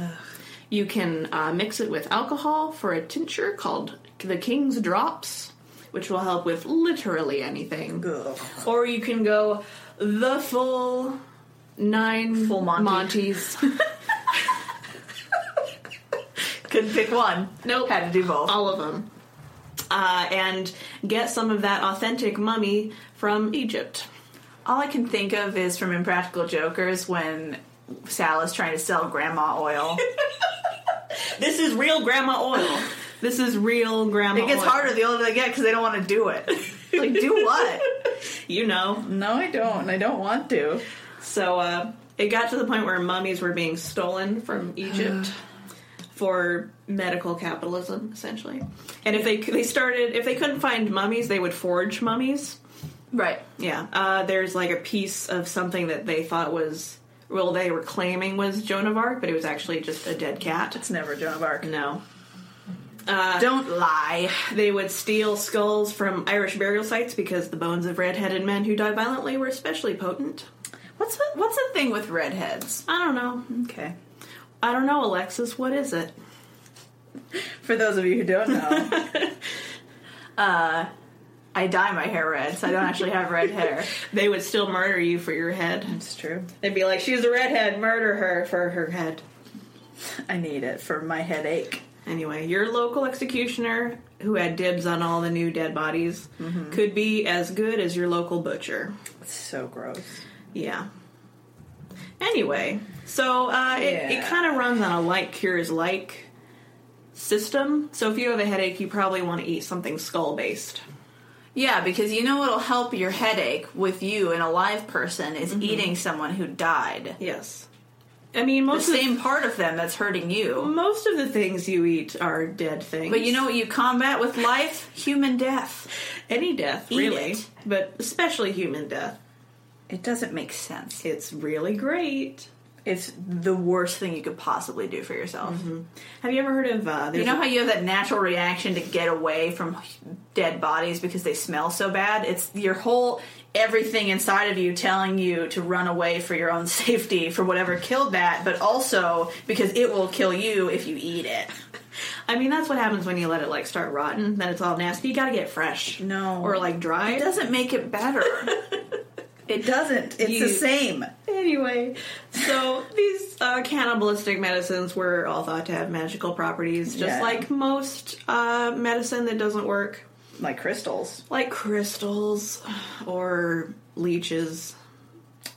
You can uh, mix it with alcohol for a tincture called the King's Drops, which will help with literally anything. Or you can go the full nine
Full Monty.
Monties.
Couldn't pick one.
Nope.
Had to do both.
all of them, uh, and get some of that authentic mummy from Egypt.
All I can think of is from Impractical Jokers when Sal is trying to sell grandma oil.
This is real grandma oil. this is real grandma.
it gets
oil.
harder the older they get because they don't want to do it. like, do what?
you know.
No, I don't. I don't want to.
So uh, it got to the point where mummies were being stolen from Egypt for medical capitalism, essentially. And if they they started if they couldn't find mummies, they would forge mummies.
Right.
Yeah. Uh, there's like a piece of something that they thought was, well, they were claiming was Joan of Arc, but it was actually just a dead cat.
It's never Joan of Arc.
No.
Don't lie.
They would steal skulls from Irish burial sites because the bones of red-headed men who died violently were especially potent.
What's the, what's the thing with redheads?
I don't know.
Okay.
I don't know, Alexis. What is it?
For those of you who don't know, uh, I dye my hair red, so I don't actually have red hair.
They would still murder you for your head.
It's true.
They'd be like, she's a redhead, murder her for her head.
I need it for my headache.
Anyway, your local executioner, who had dibs on all the new dead bodies, could be as good as your local butcher.
It's so gross.
Yeah. Anyway, so uh, it, it
Yeah.
kind of runs on a like cures like system. So if you have a headache, you probably want to eat something skull based.
Yeah, because you know what'll help your headache with you and a live person is eating someone who died.
Yes. I mean,
The
most of,
same part of them that's hurting you.
most of the things you eat are dead things.
But you know what you combat with life? Human death.
any death,
Eat
really,
it.
but especially human death.
It doesn't make sense.
It's really great.
It's the worst thing you could possibly do for yourself.
Have you ever heard of uh, there's
You know how you have that natural reaction to get away from dead bodies because they smell so bad? It's your whole everything inside of you telling you to run away for your own safety for whatever killed that, but also because it will kill you if you eat it.
I mean, that's what happens when you let it like start rotting. Then it's all nasty. You gotta get fresh.
No.
or like dry.
It doesn't make it better. it doesn't. It's
You-
same.
Anyway, so these uh, cannibalistic medicines were all thought to have magical properties, just
Yeah.
like most uh, medicine that doesn't work,
Like crystals.
like crystals or leeches,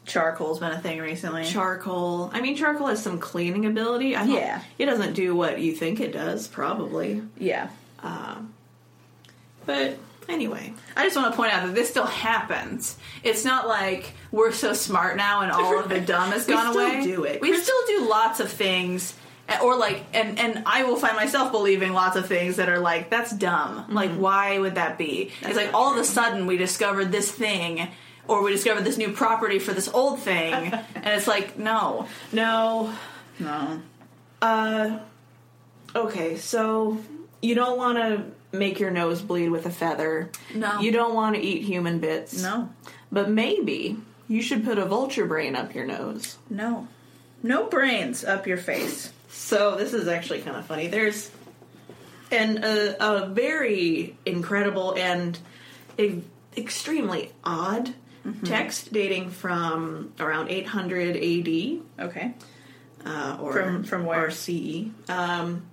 Charcoal's been a thing recently.
charcoal. I mean, charcoal has some cleaning ability. I don't,
Yeah.
it doesn't do what you think it does, probably.
yeah.
But anyway,
I just want to point out that this still happens. It's not like we're so smart now and all of the dumb has
We
gone
still
away.
do it.
We still do lots of things, and- or like, and and I will find myself believing lots of things that are like that's dumb. Like, why would that be? it's like
not
all of a sudden we discovered this thing. Or we discovered this new property for this old thing, and it's like no,
no,
no,
Uh, okay, so you don't want to make your nose bleed with a feather.
No.
You don't want to eat human bits.
no,
But maybe you should put a vulture brain up your nose.
no, no brains up your face.
So this is actually kind of funny. There's an a, a very incredible and e- extremely odd text dating from around 800 AD.
Okay,
uh, or
From- from where?
or CE. Um,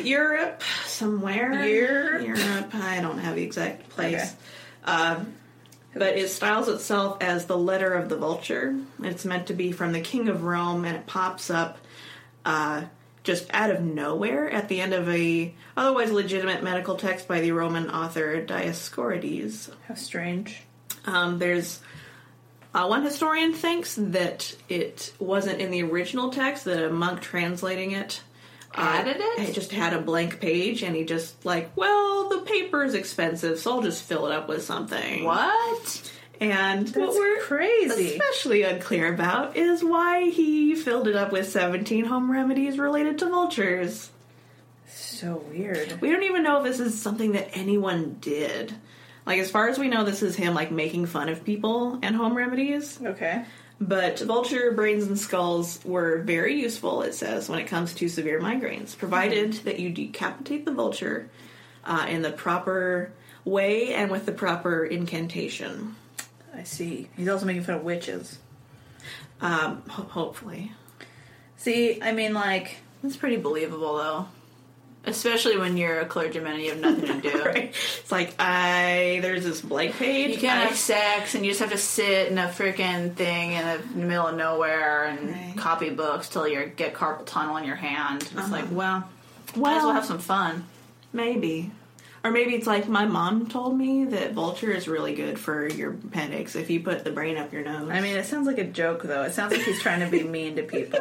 Europe, somewhere.
Europe?
Europe. I don't have the exact place.
Okay.
Um, but it styles itself as the letter of the vulture. It's meant to be from the King of Rome, and it pops up uh, just out of nowhere at the end of a otherwise legitimate medical text by the Roman author Dioscorides.
how strange.
Um, there's uh, one historian thinks that it wasn't in the original text; that a monk translating it
Added it?
It just had a blank page, and he just like, well, the paper is expensive, so I'll just fill it up with something.
What?
And what
That's
we're
crazy.
especially unclear about is why he filled it up with 17 home remedies related to vultures.
So weird.
We don't even know if this is something that anyone did. Like, as far as we know, this is him like making fun of people and home remedies.
Okay.
But vulture brains and skulls were very useful, it says, when it comes to severe migraines, provided
Hmm.
that you decapitate the vulture uh, in the proper way and with the proper incantation.
I see. He's also making fun of witches.
Um, ho- hopefully.
See, I mean, like, that's pretty believable, though. Especially when you're a clergyman and you have nothing to do.
Right? It's like, I, there's this blank page.
You can't
I-
have sex, and you just have to sit in a freaking thing in the middle of nowhere and
Right.
copy books till you get carpal tunnel in your hand. It's like, well, might as
well,
Uh-huh. well have some fun.
Maybe. Or maybe it's like my mom told me that vulture is really good for your headaches if you put the brain up your nose.
mean, it sounds like a joke, though. It sounds like he's trying to be mean to people.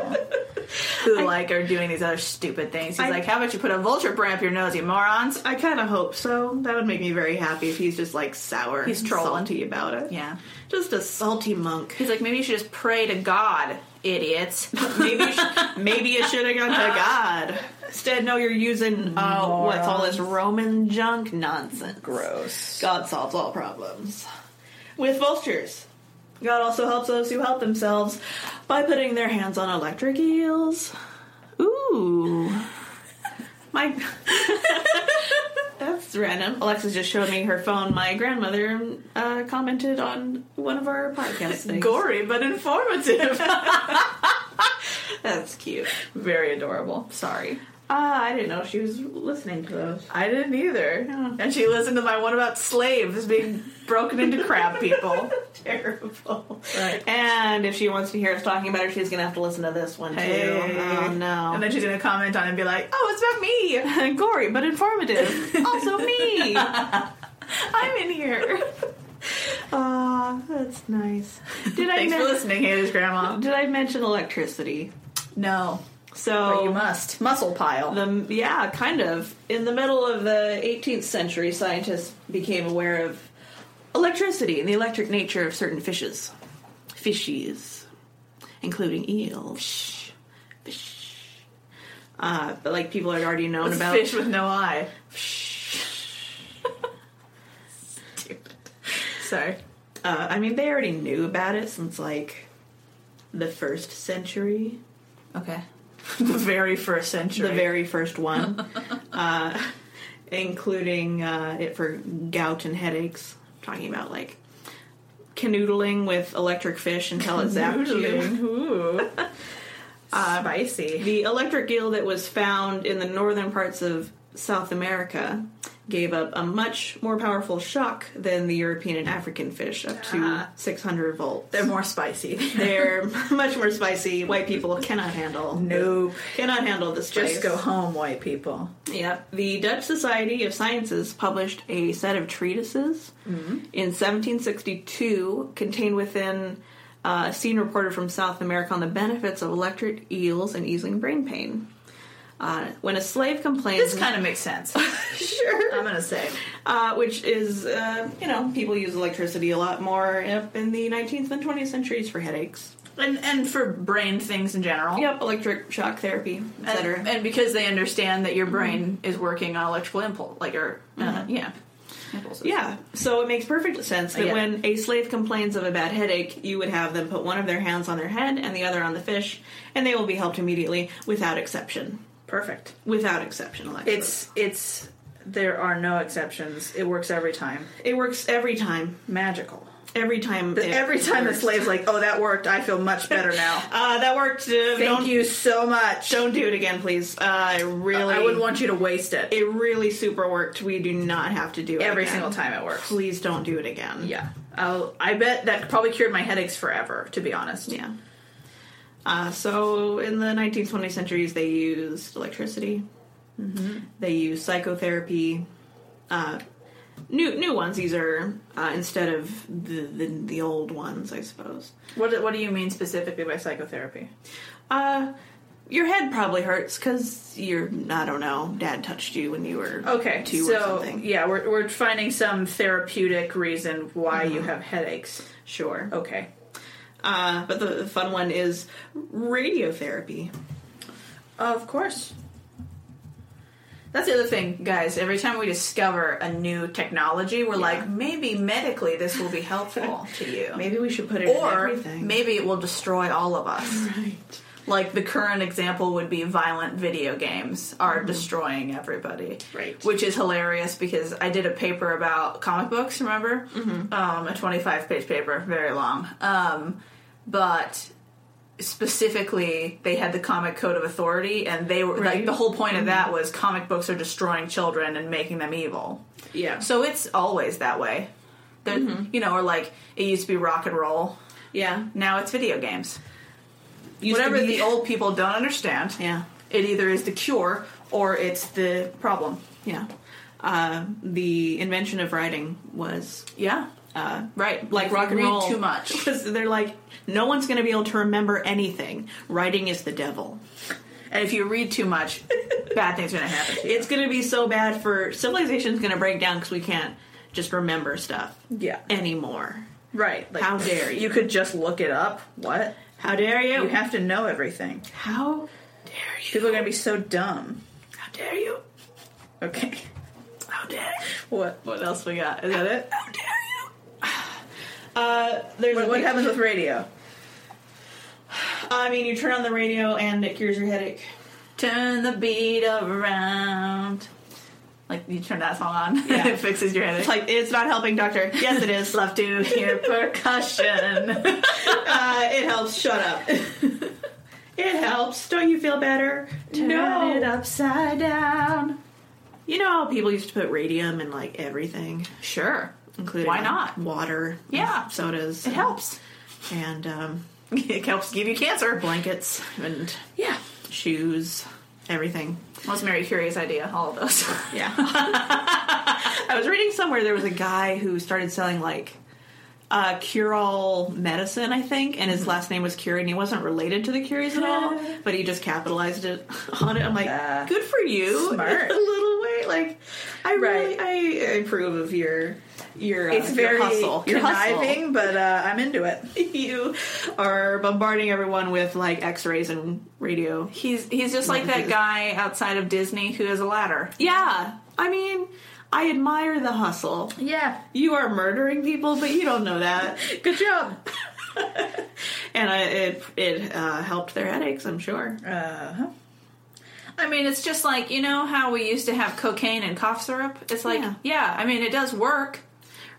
who like are doing these other stupid things. He's
I-
like, "How about you put a vulture brand up your nose, you morons?"
I kind of hope so. That would make me very happy if he's just like sour,
He's
and
trolling.
salty about it.
Yeah.
just a salty monk.
He's like, "Maybe you should just pray to God, idiots."
Maybe you sh- maybe you should have gone to God. Instead, no, you're using uh, what's all this Roman junk nonsense.
Gross.
God solves all problems. With vultures, God also helps those who help themselves by putting their hands on electric eels. Ooh. My. That's random. Alexa's just showed me her phone. My grandmother uh, commented on one of our podcast things.
Gory but informative.
That's cute.
Very adorable. Sorry.
Ah, I didn't know she was listening to those.
I didn't either.
Yeah.
And she listened to my one about slaves being broken into crab people.
Terrible.
Right.
And if she wants to hear us talking about her, she's gonna have to listen to this one too. Oh no.
And then she's gonna comment on it and be like, "Oh, it's about me.
gory but informative. also me.
I'm in here."
Ah, that's nice. Did I
Thanks for
men-
listening, Hannah's grandma.
did I mention electricity?
No, but you
So
must muscle pile.
the yeah, kind of. In the middle of the 18th century, scientists became aware of electricity and the electric nature of certain fishes, fishies, including eels. Fish. Uh, but like people had already known about
fish with no eye. Sorry.
uh, I mean, they already knew about it since like the first century,
Okay. the very first century.
the very first one, uh, including uh, it for gout and headaches. talking about like canoodling with electric fish until it zapped you.
Ooh. Uh, Spicy.
The electric eel that was found in the northern parts of South America gave up a much more powerful shock than the European and African fish, up to
Ah.
600 volts.
They're more spicy.
They're much more spicy. White people cannot handle.
Nope.
Cannot handle this
Just
spice.
go home, white people.
Yep. The Dutch Society of Sciences published a set of treatises in 1762 contained within uh, a scene reported from South America on the benefits of electric eels and easing brain pain. Uh, when a slave complains,
This kind of makes sense.
sure,
Mm-hmm. I'm gonna say.
uh, which is uh, you know people use electricity a lot more up in the 19th and 20th centuries for headaches.
And and for brain things in general.
Yep, electric shock therapy, etc.
And, and because they understand that your brain is working on electrical impulse, like your uh, yeah, impulses.
Yeah, so it makes perfect sense that
Yeah.
when a slave complains of a bad headache, you would have them put one of their hands on their head and the other on the fish, and they will be helped immediately without exception.
perfect.
Without exception, Alexis.
It's it's there are no exceptions. It works every time.
it works every time.
Magical.
Every time. it
every time the
works.
slave's like, "Oh, that worked. I feel much better now.
Uh, that worked. Uh,
Thank
don't
you so much.
don't do it again, please. Uh, I really.
I wouldn't want you to waste it.
it really super worked. We do not have to do it
every
again.
single time it works.
Please don't do it again.
Yeah. I'll, I bet that probably cured my headaches forever. To be honest.
Yeah. Uh, so in the 19th, 20th centuries, they used electricity. They used psychotherapy. Uh, new new ones. These are uh, instead of the, the the old ones, I suppose.
What do- What do you mean specifically by psychotherapy?
Uh, your head probably hurts because you're I don't know. Dad touched you when you were
Okay,
two
so
or something.
yeah, we're we're finding some therapeutic reason why
Mm-hmm.
you have headaches.
Sure.
Okay.
Uh, but the, the fun one is radiotherapy.
Of course. That's the other thing, guys. Every time we discover a new technology, we're like, maybe medically this will be helpful to you.
Maybe we should put it in
or
everything.
maybe it will destroy all of us.
right.
Like the current example would be violent video games are destroying everybody.
Mm-hmm. Right.
Which is hilarious because I did a paper about comic books, remember?
Mm-hmm.
Um, a 25 page paper, very long. Um, but specifically, they had the comic code of authority, and they were like
Right. Mm-hmm.
the whole point of that was comic books are destroying children and making them evil.
Yeah.
So it's always that way. They're-
Mm-hmm.
You know, or like it used to be rock and roll,
yeah.
now it's video games.
Used to
Whatever
be-
the old people don't understand,
Yeah.
it either is the cure or it's the problem.
Yeah. Uh, the invention of writing was
Yeah,
uh,
right.
like
If you
rock and
read
roll.
Too much.
Because they're like, no one's going to be able to remember anything. Writing is the devil.
And if you read too much, bad things are going to happen to you.
It's going to be so bad for civilization's going to break down because we can't just remember stuff
Yeah.
anymore.
Right. Like,
How dare you.
You could just look it up. What?
How dare you?
You have to know everything.
How dare you?
People are going to be so dumb.
How dare you?
Okay.
How dare?
What What else we got? Is that it?
How dare you? Uh, there's
What,
a
what
pic-
happens with radio?
I mean, you turn on the radio and it cures your headache.
Turn the beat around. Like, you turn that song on.
Yeah.
it fixes your headache.
It's like it's not helping, doctor. Yes, it is.
love to hear percussion.
Uh, it helps. Shut up. it helps. Don't you feel better?
Turn it upside down.
You know how people used to put radium in like everything,
Sure.
including
Why
like,
not?
water?
Yeah.
sodas.
It helps.
And um,
It helps give you cancer.
blankets and
Yeah.
shoes, everything.
Well, it's Mary Curie's idea, all of those.
Yeah. I was reading somewhere there was a guy who started selling like uh, cure all medicine, I think, and
Mm-hmm.
his last name was Curie, and he wasn't related to the Curies at all, but he just capitalized it on it. I'm like,
Uh,
good for you,
smart.
a little way. Like, I
Right.
really, I approve of your your. Uh,
it's very
your hustle. Your hustle.
conniving, but uh, I'm into it.
You are bombarding everyone with like X-rays and radio.
He's he's just like that guy outside of Disney who has a ladder.
Yeah, I mean, I admire the hustle.
Yeah.
You are murdering people, but you don't know that.
Good job.
and I, it it uh, helped their headaches, I'm sure.
Uh huh. I mean, it's just like you know how we used to have cocaine and cough syrup. It's like,
Yeah.
yeah, I mean, it does work,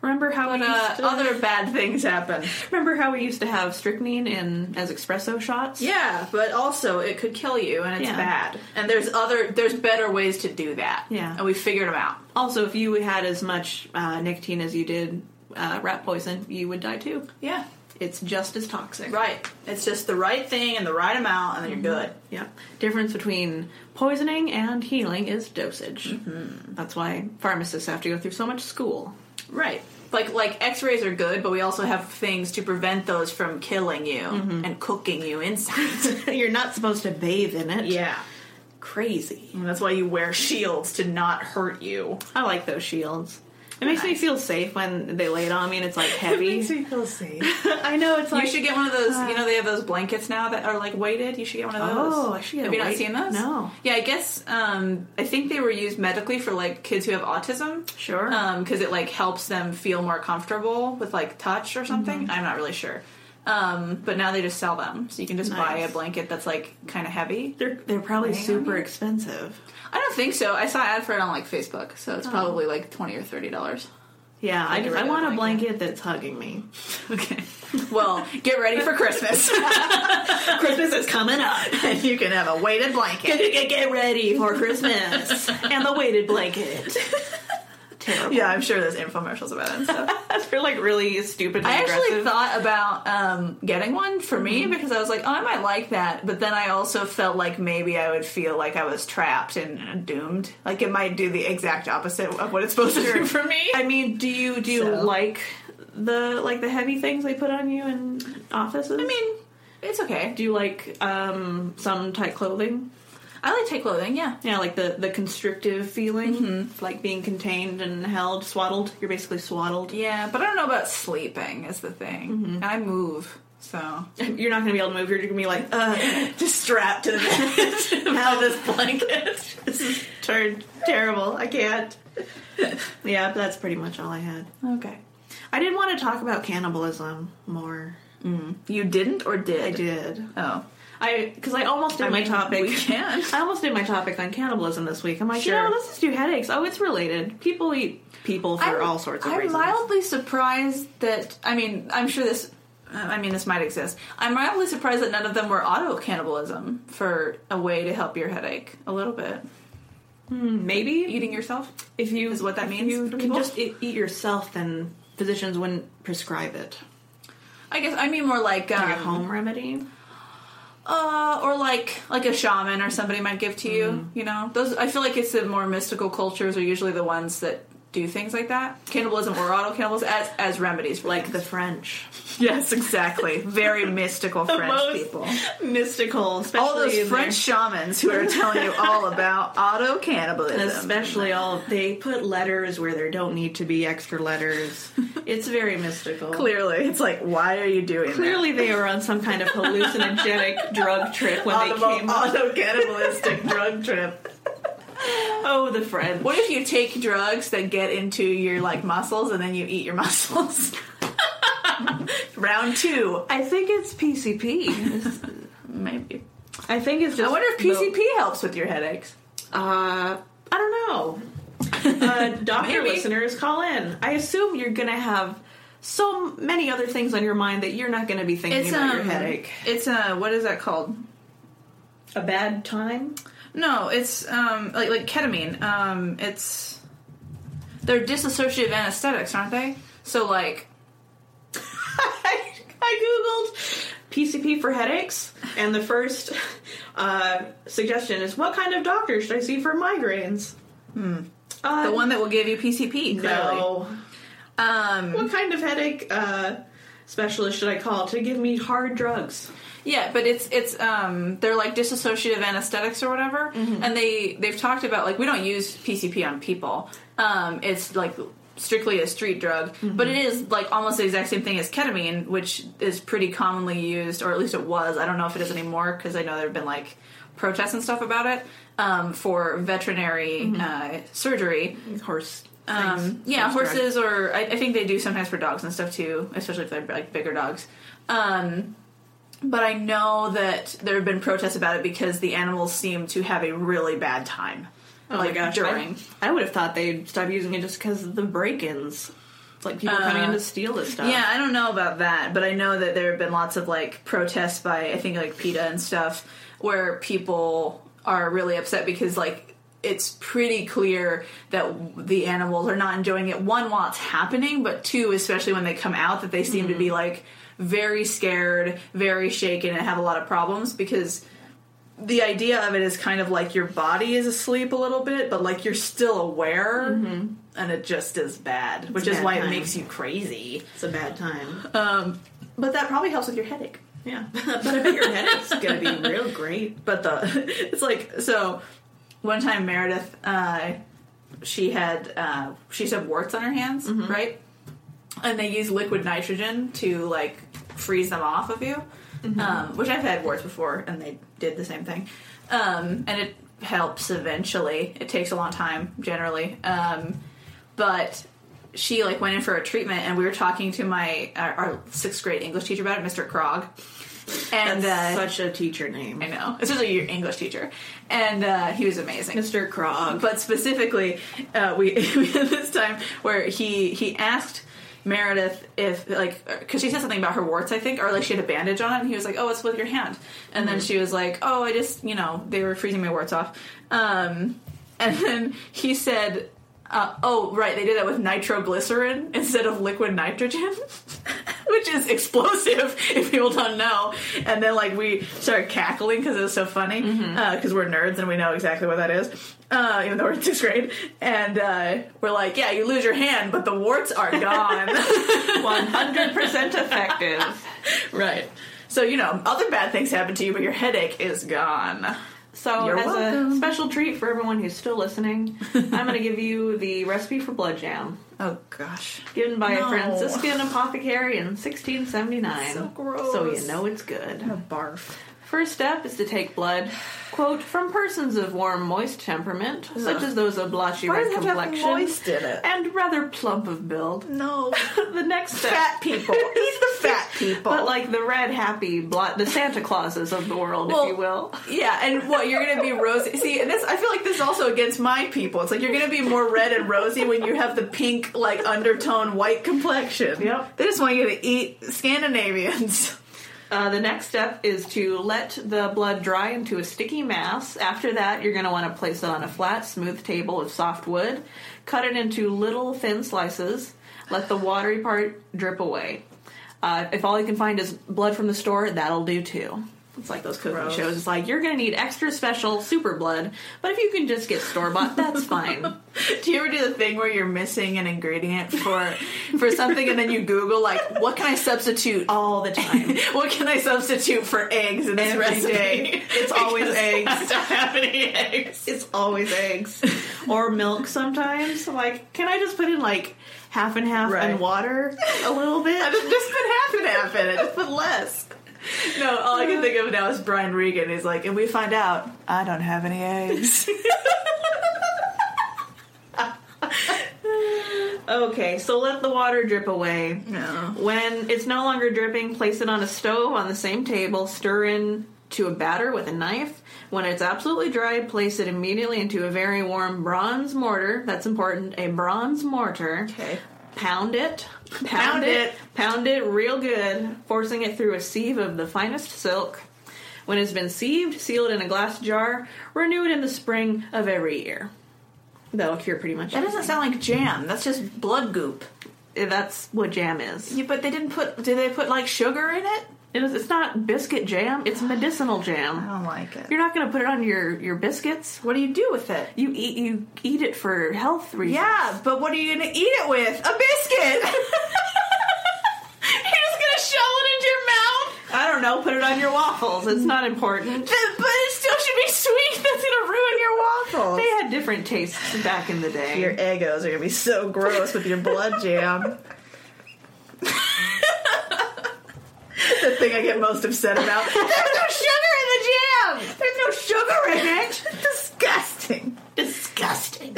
Remember how
but
we
uh,
used to,
other bad things happen.
remember how we used to have strychnine in as espresso shots?
Yeah, but also it could kill you, and it's
Yeah.
bad. And there's other, there's better ways to do that.
Yeah.
and we figured them out.
Also, if you had as much uh, nicotine as you did uh, rat poison, you would die too.
Yeah,
It's just as toxic.
right. It's just the right thing and the right amount, and then you're good.
Yeah. Difference between poisoning and healing is dosage.
Mm-hmm.
That's why pharmacists have to go through so much school.
Right. Like like X-rays are good, but we also have things to prevent those from killing you and cooking you inside.
You're not supposed to bathe in it.
yeah.
Crazy.
And that's why you wear shields to not hurt you.
I like those shields. It makes me feel safe when they lay it on me and it's like heavy.
me feel safe.
I know it's
you should get one of those. you know they have those blankets now that are like weighted. You should get one of those.
uh, Oh, I should get
Have
a
you not
weight-
seen those?
no.
Yeah, I guess um, I think they were used medically for like kids who have autism.
Sure.
because it like helps them feel more comfortable with like touch or something.
Mm-hmm.
I'm not really sure. Um, but now they just sell them, so you can just buy
Nice.
a blanket that's like kind of heavy.
they're they're probably
Hang on.
super expensive.
I don't think so. I saw an ad for it on like Facebook, so
Oh.
it's probably like twenty or thirty dollars.
Yeah, I,
Like a
I
regular
want a blanket that's hugging me.
Okay. well, get ready for Christmas.
Christmas is coming up.
you can have a weighted blanket.
Get, get ready for Christmas and the weighted blanket. Terrible.
Yeah, I'm sure there's infomercials about it and stuff.
they're like really stupid. And
I actually
aggressive. Mm-hmm.
thought about um, getting one for me because I was like, oh, I might like that. But then I also felt like maybe I would feel like I was trapped and uh, doomed. Like it might do the exact opposite of what it's supposed to do for me.
I mean, do you do you
So.
like the like the heavy things they put on you in offices?
I mean, it's okay.
do you like um some tight clothing?
I like tight clothing, yeah.
Yeah, like the the constrictive feeling, like being contained and held, swaddled. You're basically swaddled.
Yeah, but I don't know about sleeping is the thing.
Mm-hmm.
And I move, so
You're not gonna be able to move. You're gonna be like, uh,
just strapped to the bed by this blanket.
this is turned terrible. I can't. yeah, that's pretty much all I had.
Okay,
I did want to talk about cannibalism more.
you didn't or did?
I did.
Oh,
I because I almost did
I
my
mean,
topic.
we can.
I almost did my topic on cannibalism this week. I'm like, you
Sure.
know, let's just do headaches. Oh, it's related. People eat people for all sorts of
I'm
reasons.
mildly surprised that I mean I'm sure this. uh, I mean, this might exist. I'm mildly surprised that none of them were auto cannibalism for a way to help your headache a little bit.
Maybe
Eating yourself.
if you
Is what that
if
means
you
for
can
people?
just e-, eat, eat yourself, then physicians wouldn't prescribe it.
I guess I mean more like, um,
Like a home remedy.
uh, or like like a shaman or somebody might give to you. You know, those. I feel like it's the more mystical cultures are usually the ones that do things like that, cannibalism or auto cannibalism, as as remedies for
like
things.
the French.
Yes, exactly. Very mystical French
most
people.
mystical, especially
All those
in their-
French shamans who are telling you all about auto cannibalism.
especially all they put letters where there don't need to be extra letters. it's very mystical.
Clearly, it's like, why are you doing
Clearly, they were on some kind of hallucinogenic drug trip when
that?
they came. up.
auto cannibalistic drug trip.
Oh, the French.
What if you take drugs that get into your like muscles and then you eat your muscles? Round two,
I think it's PCP.
maybe.
I think it's just.
I wonder if PCP helps with your headaches.
Uh, I don't know. Uh, doctor
Maybe.
listeners, call in. I assume you're gonna have so many other things on your mind that you're not gonna be thinking about your headache.
um, It's uh, what is that called?
A bad time.
No, it's um like like ketamine. Um it's they're dissociative anesthetics, aren't they? So like
I googled PCP for headaches, and the first uh, suggestion is what kind of doctor should I see for migraines? Hmm. Uh,
the one that will give you PCP, clearly.
no.
Um
What kind of headache uh, specialist should I call to give me hard drugs?
yeah, but it's it's um they're like dissociative anesthetics or whatever. And they they've talked about like we don't use PCP on people. Um it's like strictly a street drug, but it is like almost the exact same thing as ketamine, which is pretty commonly used or at least it was. I don't know if it is anymore because I know there've been like protests and stuff about it um, for veterinary uh, surgery.
Horse.
Um, yeah, horses, or I, I think they do sometimes for dogs and stuff too, especially if they're like bigger dogs. Um, but I know that there have been protests about it because the animals seem to have a really bad time.
Oh my
like,
gosh!
during.
I, I would have thought they'd stop using it just because of the break-ins. It's like people coming in to steal this stuff.
Uh, Yeah, I don't know about that, but I know that there have been lots of like protests by I think like PETA and stuff where people are really upset because like it's pretty clear that w- the animals are not enjoying it one while it's happening, but two especially when they come out that they seem to be
Mm-hmm.
like very scared, very shaken and have a lot of problems because the idea of it is kind of like your body is asleep a little bit, but like you're still aware, and it just is bad, which
Mm-hmm. a
is
bad
why
time.
it makes you crazy.
It's a bad time.
Um, but that probably helps with your headache.
yeah, but I bet your headache's gonna be real great.
But the it's like so. One time Meredith, uh, she had uh, she said warts on her hands, right? And they use liquid nitrogen to like freeze them off of you, um, which I've had warts before, and they did the same thing. Um, and it helps eventually. It takes a long time generally, um, but she like went in for a treatment, and we were talking to my our, our sixth grade English teacher about it, Mr. Krog. And uh,
Such a teacher name,
I know, especially your English teacher, and uh, he was amazing.
Mr. Krog.
But specifically, uh, we, we had this time where he he asked Meredith if like because she said something about her warts, I think, or like she had a bandage on it, and he was like, "Oh, it's with your hand," and then she was like, "Oh, I just you know they were freezing my warts off," um, and then he said. Uh, oh right, they did that with nitroglycerin instead of liquid nitrogen, which is explosive if people don't know. And then like we started cackling because it was so funny because we're nerds and we know exactly what that is, uh, even though we're in sixth grade. And uh, we're like, yeah, you lose your hand, but the warts are gone.
One hundred percent effective.
right. So you know, other bad things happen to you, but your headache is gone.
So,
You're
as a
welcome.
special treat for everyone who's still listening, I'm going to give you the recipe for blood jam,
Oh gosh.
given by a
No.
Franciscan apothecary in 1679.
So gross.
So you know it's good.
A barf.
First step is to take blood, quote, from persons of warm, moist temperament, such as those of blotchy
Why
red
does it have
complexion
moist in it?
and rather plump of build.
No.
The next step.
fat people. He's the fat people.
But like the red, happy, blot, the Santa Clauses of the world,
Well,
if you will.
Yeah, and what you're gonna be rosy? See, and this I feel like this is also against my people. It's like you're gonna be more red and rosy when you have the pink, like undertone white complexion.
Yep.
They just want you to eat Scandinavians.
Uh, the next step is to let the blood dry into a sticky mass. After that, you're going to want to place it on a flat, smooth table of soft wood. Cut it into little thin slices. Let the watery part drip away. Uh, if all you can find is blood from the store, that'll do too. It's like those cooking
Gross.
shows. It's like you're gonna need extra special super blood, but if you can just get store bought, that's fine.
Do you ever do the thing where you're missing an ingredient for for something and then you Google like what can I substitute?
All the time.
What can I substitute for eggs in this
Every
recipe?
day. It's always
Because
eggs.
I don't have any eggs.
It's always eggs or milk sometimes. I'm like, can I just put in like half and half
Right.
and water a little
I've
bit?
just been half and half in it, just put less. No, all I can think of now is Brian Regan. He's like, and we find out I don't have any eggs.
Okay, so let the water drip away.
no.
When it's no longer dripping, place it on a stove on the same table, stir in to a batter with a knife. When it's absolutely dry, place it immediately into a very warm bronze mortar. That's important, a bronze mortar.
Okay.
Pound it. Pound,
Pound
it,
it.
Pound it real good, forcing it through a sieve of the finest silk. When it's been sieved, seal it in a glass jar. Renew it in the spring of every year. That'll cure pretty much.
That doesn't sound like jam. That's just blood goop.
everything. That's what jam is.
Yeah, but they didn't put. Did they put like sugar in it?
It is. It's not biscuit jam. It's medicinal
I
jam.
don't like it.
You're not going to put it on your your biscuits.
What do you do with it?
You eat you eat it for health reasons.
Yeah, but what are you gonna eat it with? A biscuit. You're just gonna shovel it into your mouth.
I don't know. Put it on your waffles. It's not important.
Th- But it still should be sweet. That's gonna ruin your waffles.
They had different tastes back in the day.
Your egos are gonna be so gross with your blood jam. the thing I get most upset about. There's no sugar in the jam. There's no sugar in it. Disgusting. Disgusting.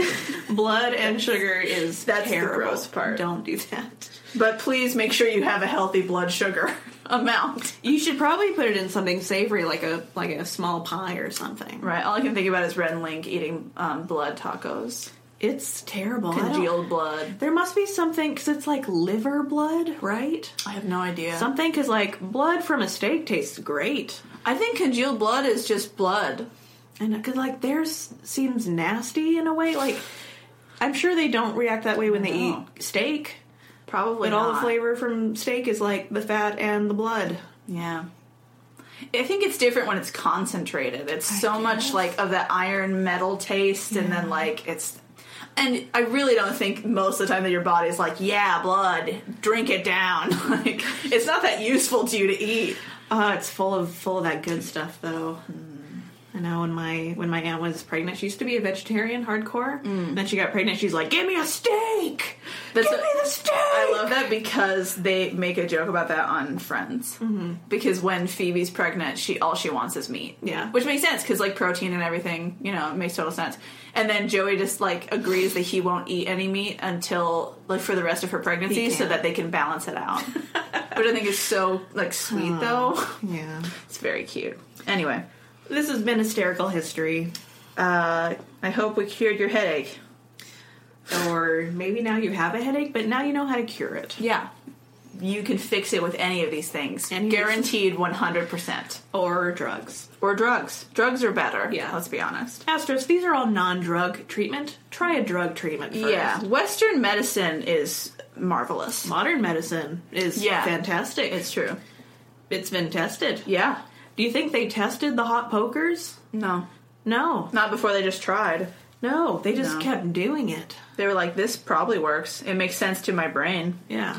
Blood and sugar is
That's the
terrible.
gross part.
Don't do that.
But please make sure you have a healthy blood sugar amount.
You should probably put it in something savory, like a like a small pie or something.
Right. All I can think about is Red and Link eating um, blood tacos,
It's terrible. I don't-
congealed blood.
There must be something because it's like liver blood, right?
I have no idea.
Something because like blood from a steak tastes great.
I think congealed blood is just blood.
And because like theirs seems nasty in a way, like I'm sure they don't react that way when they
No.
eat steak.
Probably
But all the
not.
flavor from steak is like the fat and the blood.
Yeah. I think it's different when it's concentrated. It's so much like of that iron metal taste, and then like it's. And I really don't think most of the time that your body is like, yeah, blood, drink it down. like, it's not that useful to you to eat.
Uh, it's full of full of that good stuff though.
Hmm.
I know when my when my aunt was pregnant, she used to be a vegetarian hardcore.
Hmm.
And then she got pregnant, she's like, "Give me a steak!
That's
Give
a-
me the steak!"
I love that because they make a joke about that on Friends. Mm-hmm. Because when Phoebe's pregnant, she all she wants is meat.
Yeah.
which makes sense because like protein and everything, you know, it makes total sense. And then Joey just like agrees that he won't eat any meat until like for the rest of her pregnancy,
He
so
can't.
that they can balance it out. Which I think is so like sweet though.
Yeah,
It's very cute. Anyway,
this has been hysterical history,
uh, I hope we cured your headache.
or maybe now you have a headache, but now you know how to cure it.
Yeah, you can fix it with any of these things.
Any of these-
Guaranteed, one hundred percent.
Or drugs.
Or drugs. Drugs are better.
Yeah.
Let's be honest.
Asterisks. These are all non-drug treatment. Try a drug treatment first.
Yeah. Western medicine is marvelous.
Modern medicine is
Yeah.
fantastic.
It's true.
it's been tested.
Yeah.
Do you think they tested the hot pokers?
No.
No,
Not before they just tried.
no, they just
No.
kept doing it.
They were like, this probably works. It makes sense to my brain.
Yeah.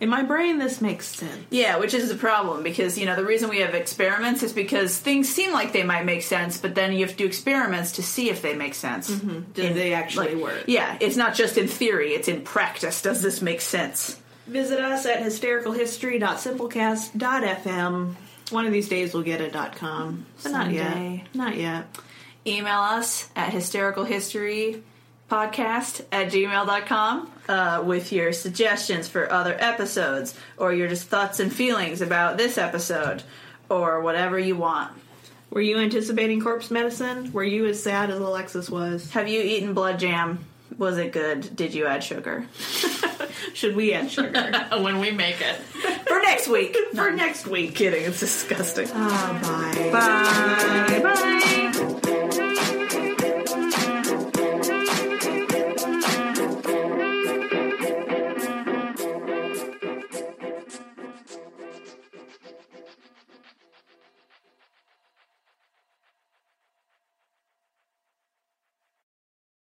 In my brain, this makes sense.
Yeah, which is the problem because, you know, the reason we have experiments is because things seem like they might make sense, but then you have to do experiments to see if they make sense.
Do they actually
Like,
work?
Yeah, it's not just in theory, it's in practice. Does this make sense?
Visit us at hystericalhistory.simplecast.fm. One of these days we'll get a dot .com. But not
Someday.
yet. Not yet.
email us at hystericalhistorypodcast at gmail.com uh, with your suggestions for other episodes or your just thoughts and feelings about this episode or whatever you want.
Were you anticipating corpse medicine? Were you as sad as Alexis was?
Have you eaten blood jam? Was it good? Did you add sugar?
Should we add sugar
when we make it. For next week.
for next week?
Kidding, it's disgusting.
Oh, bye.
Bye. Bye.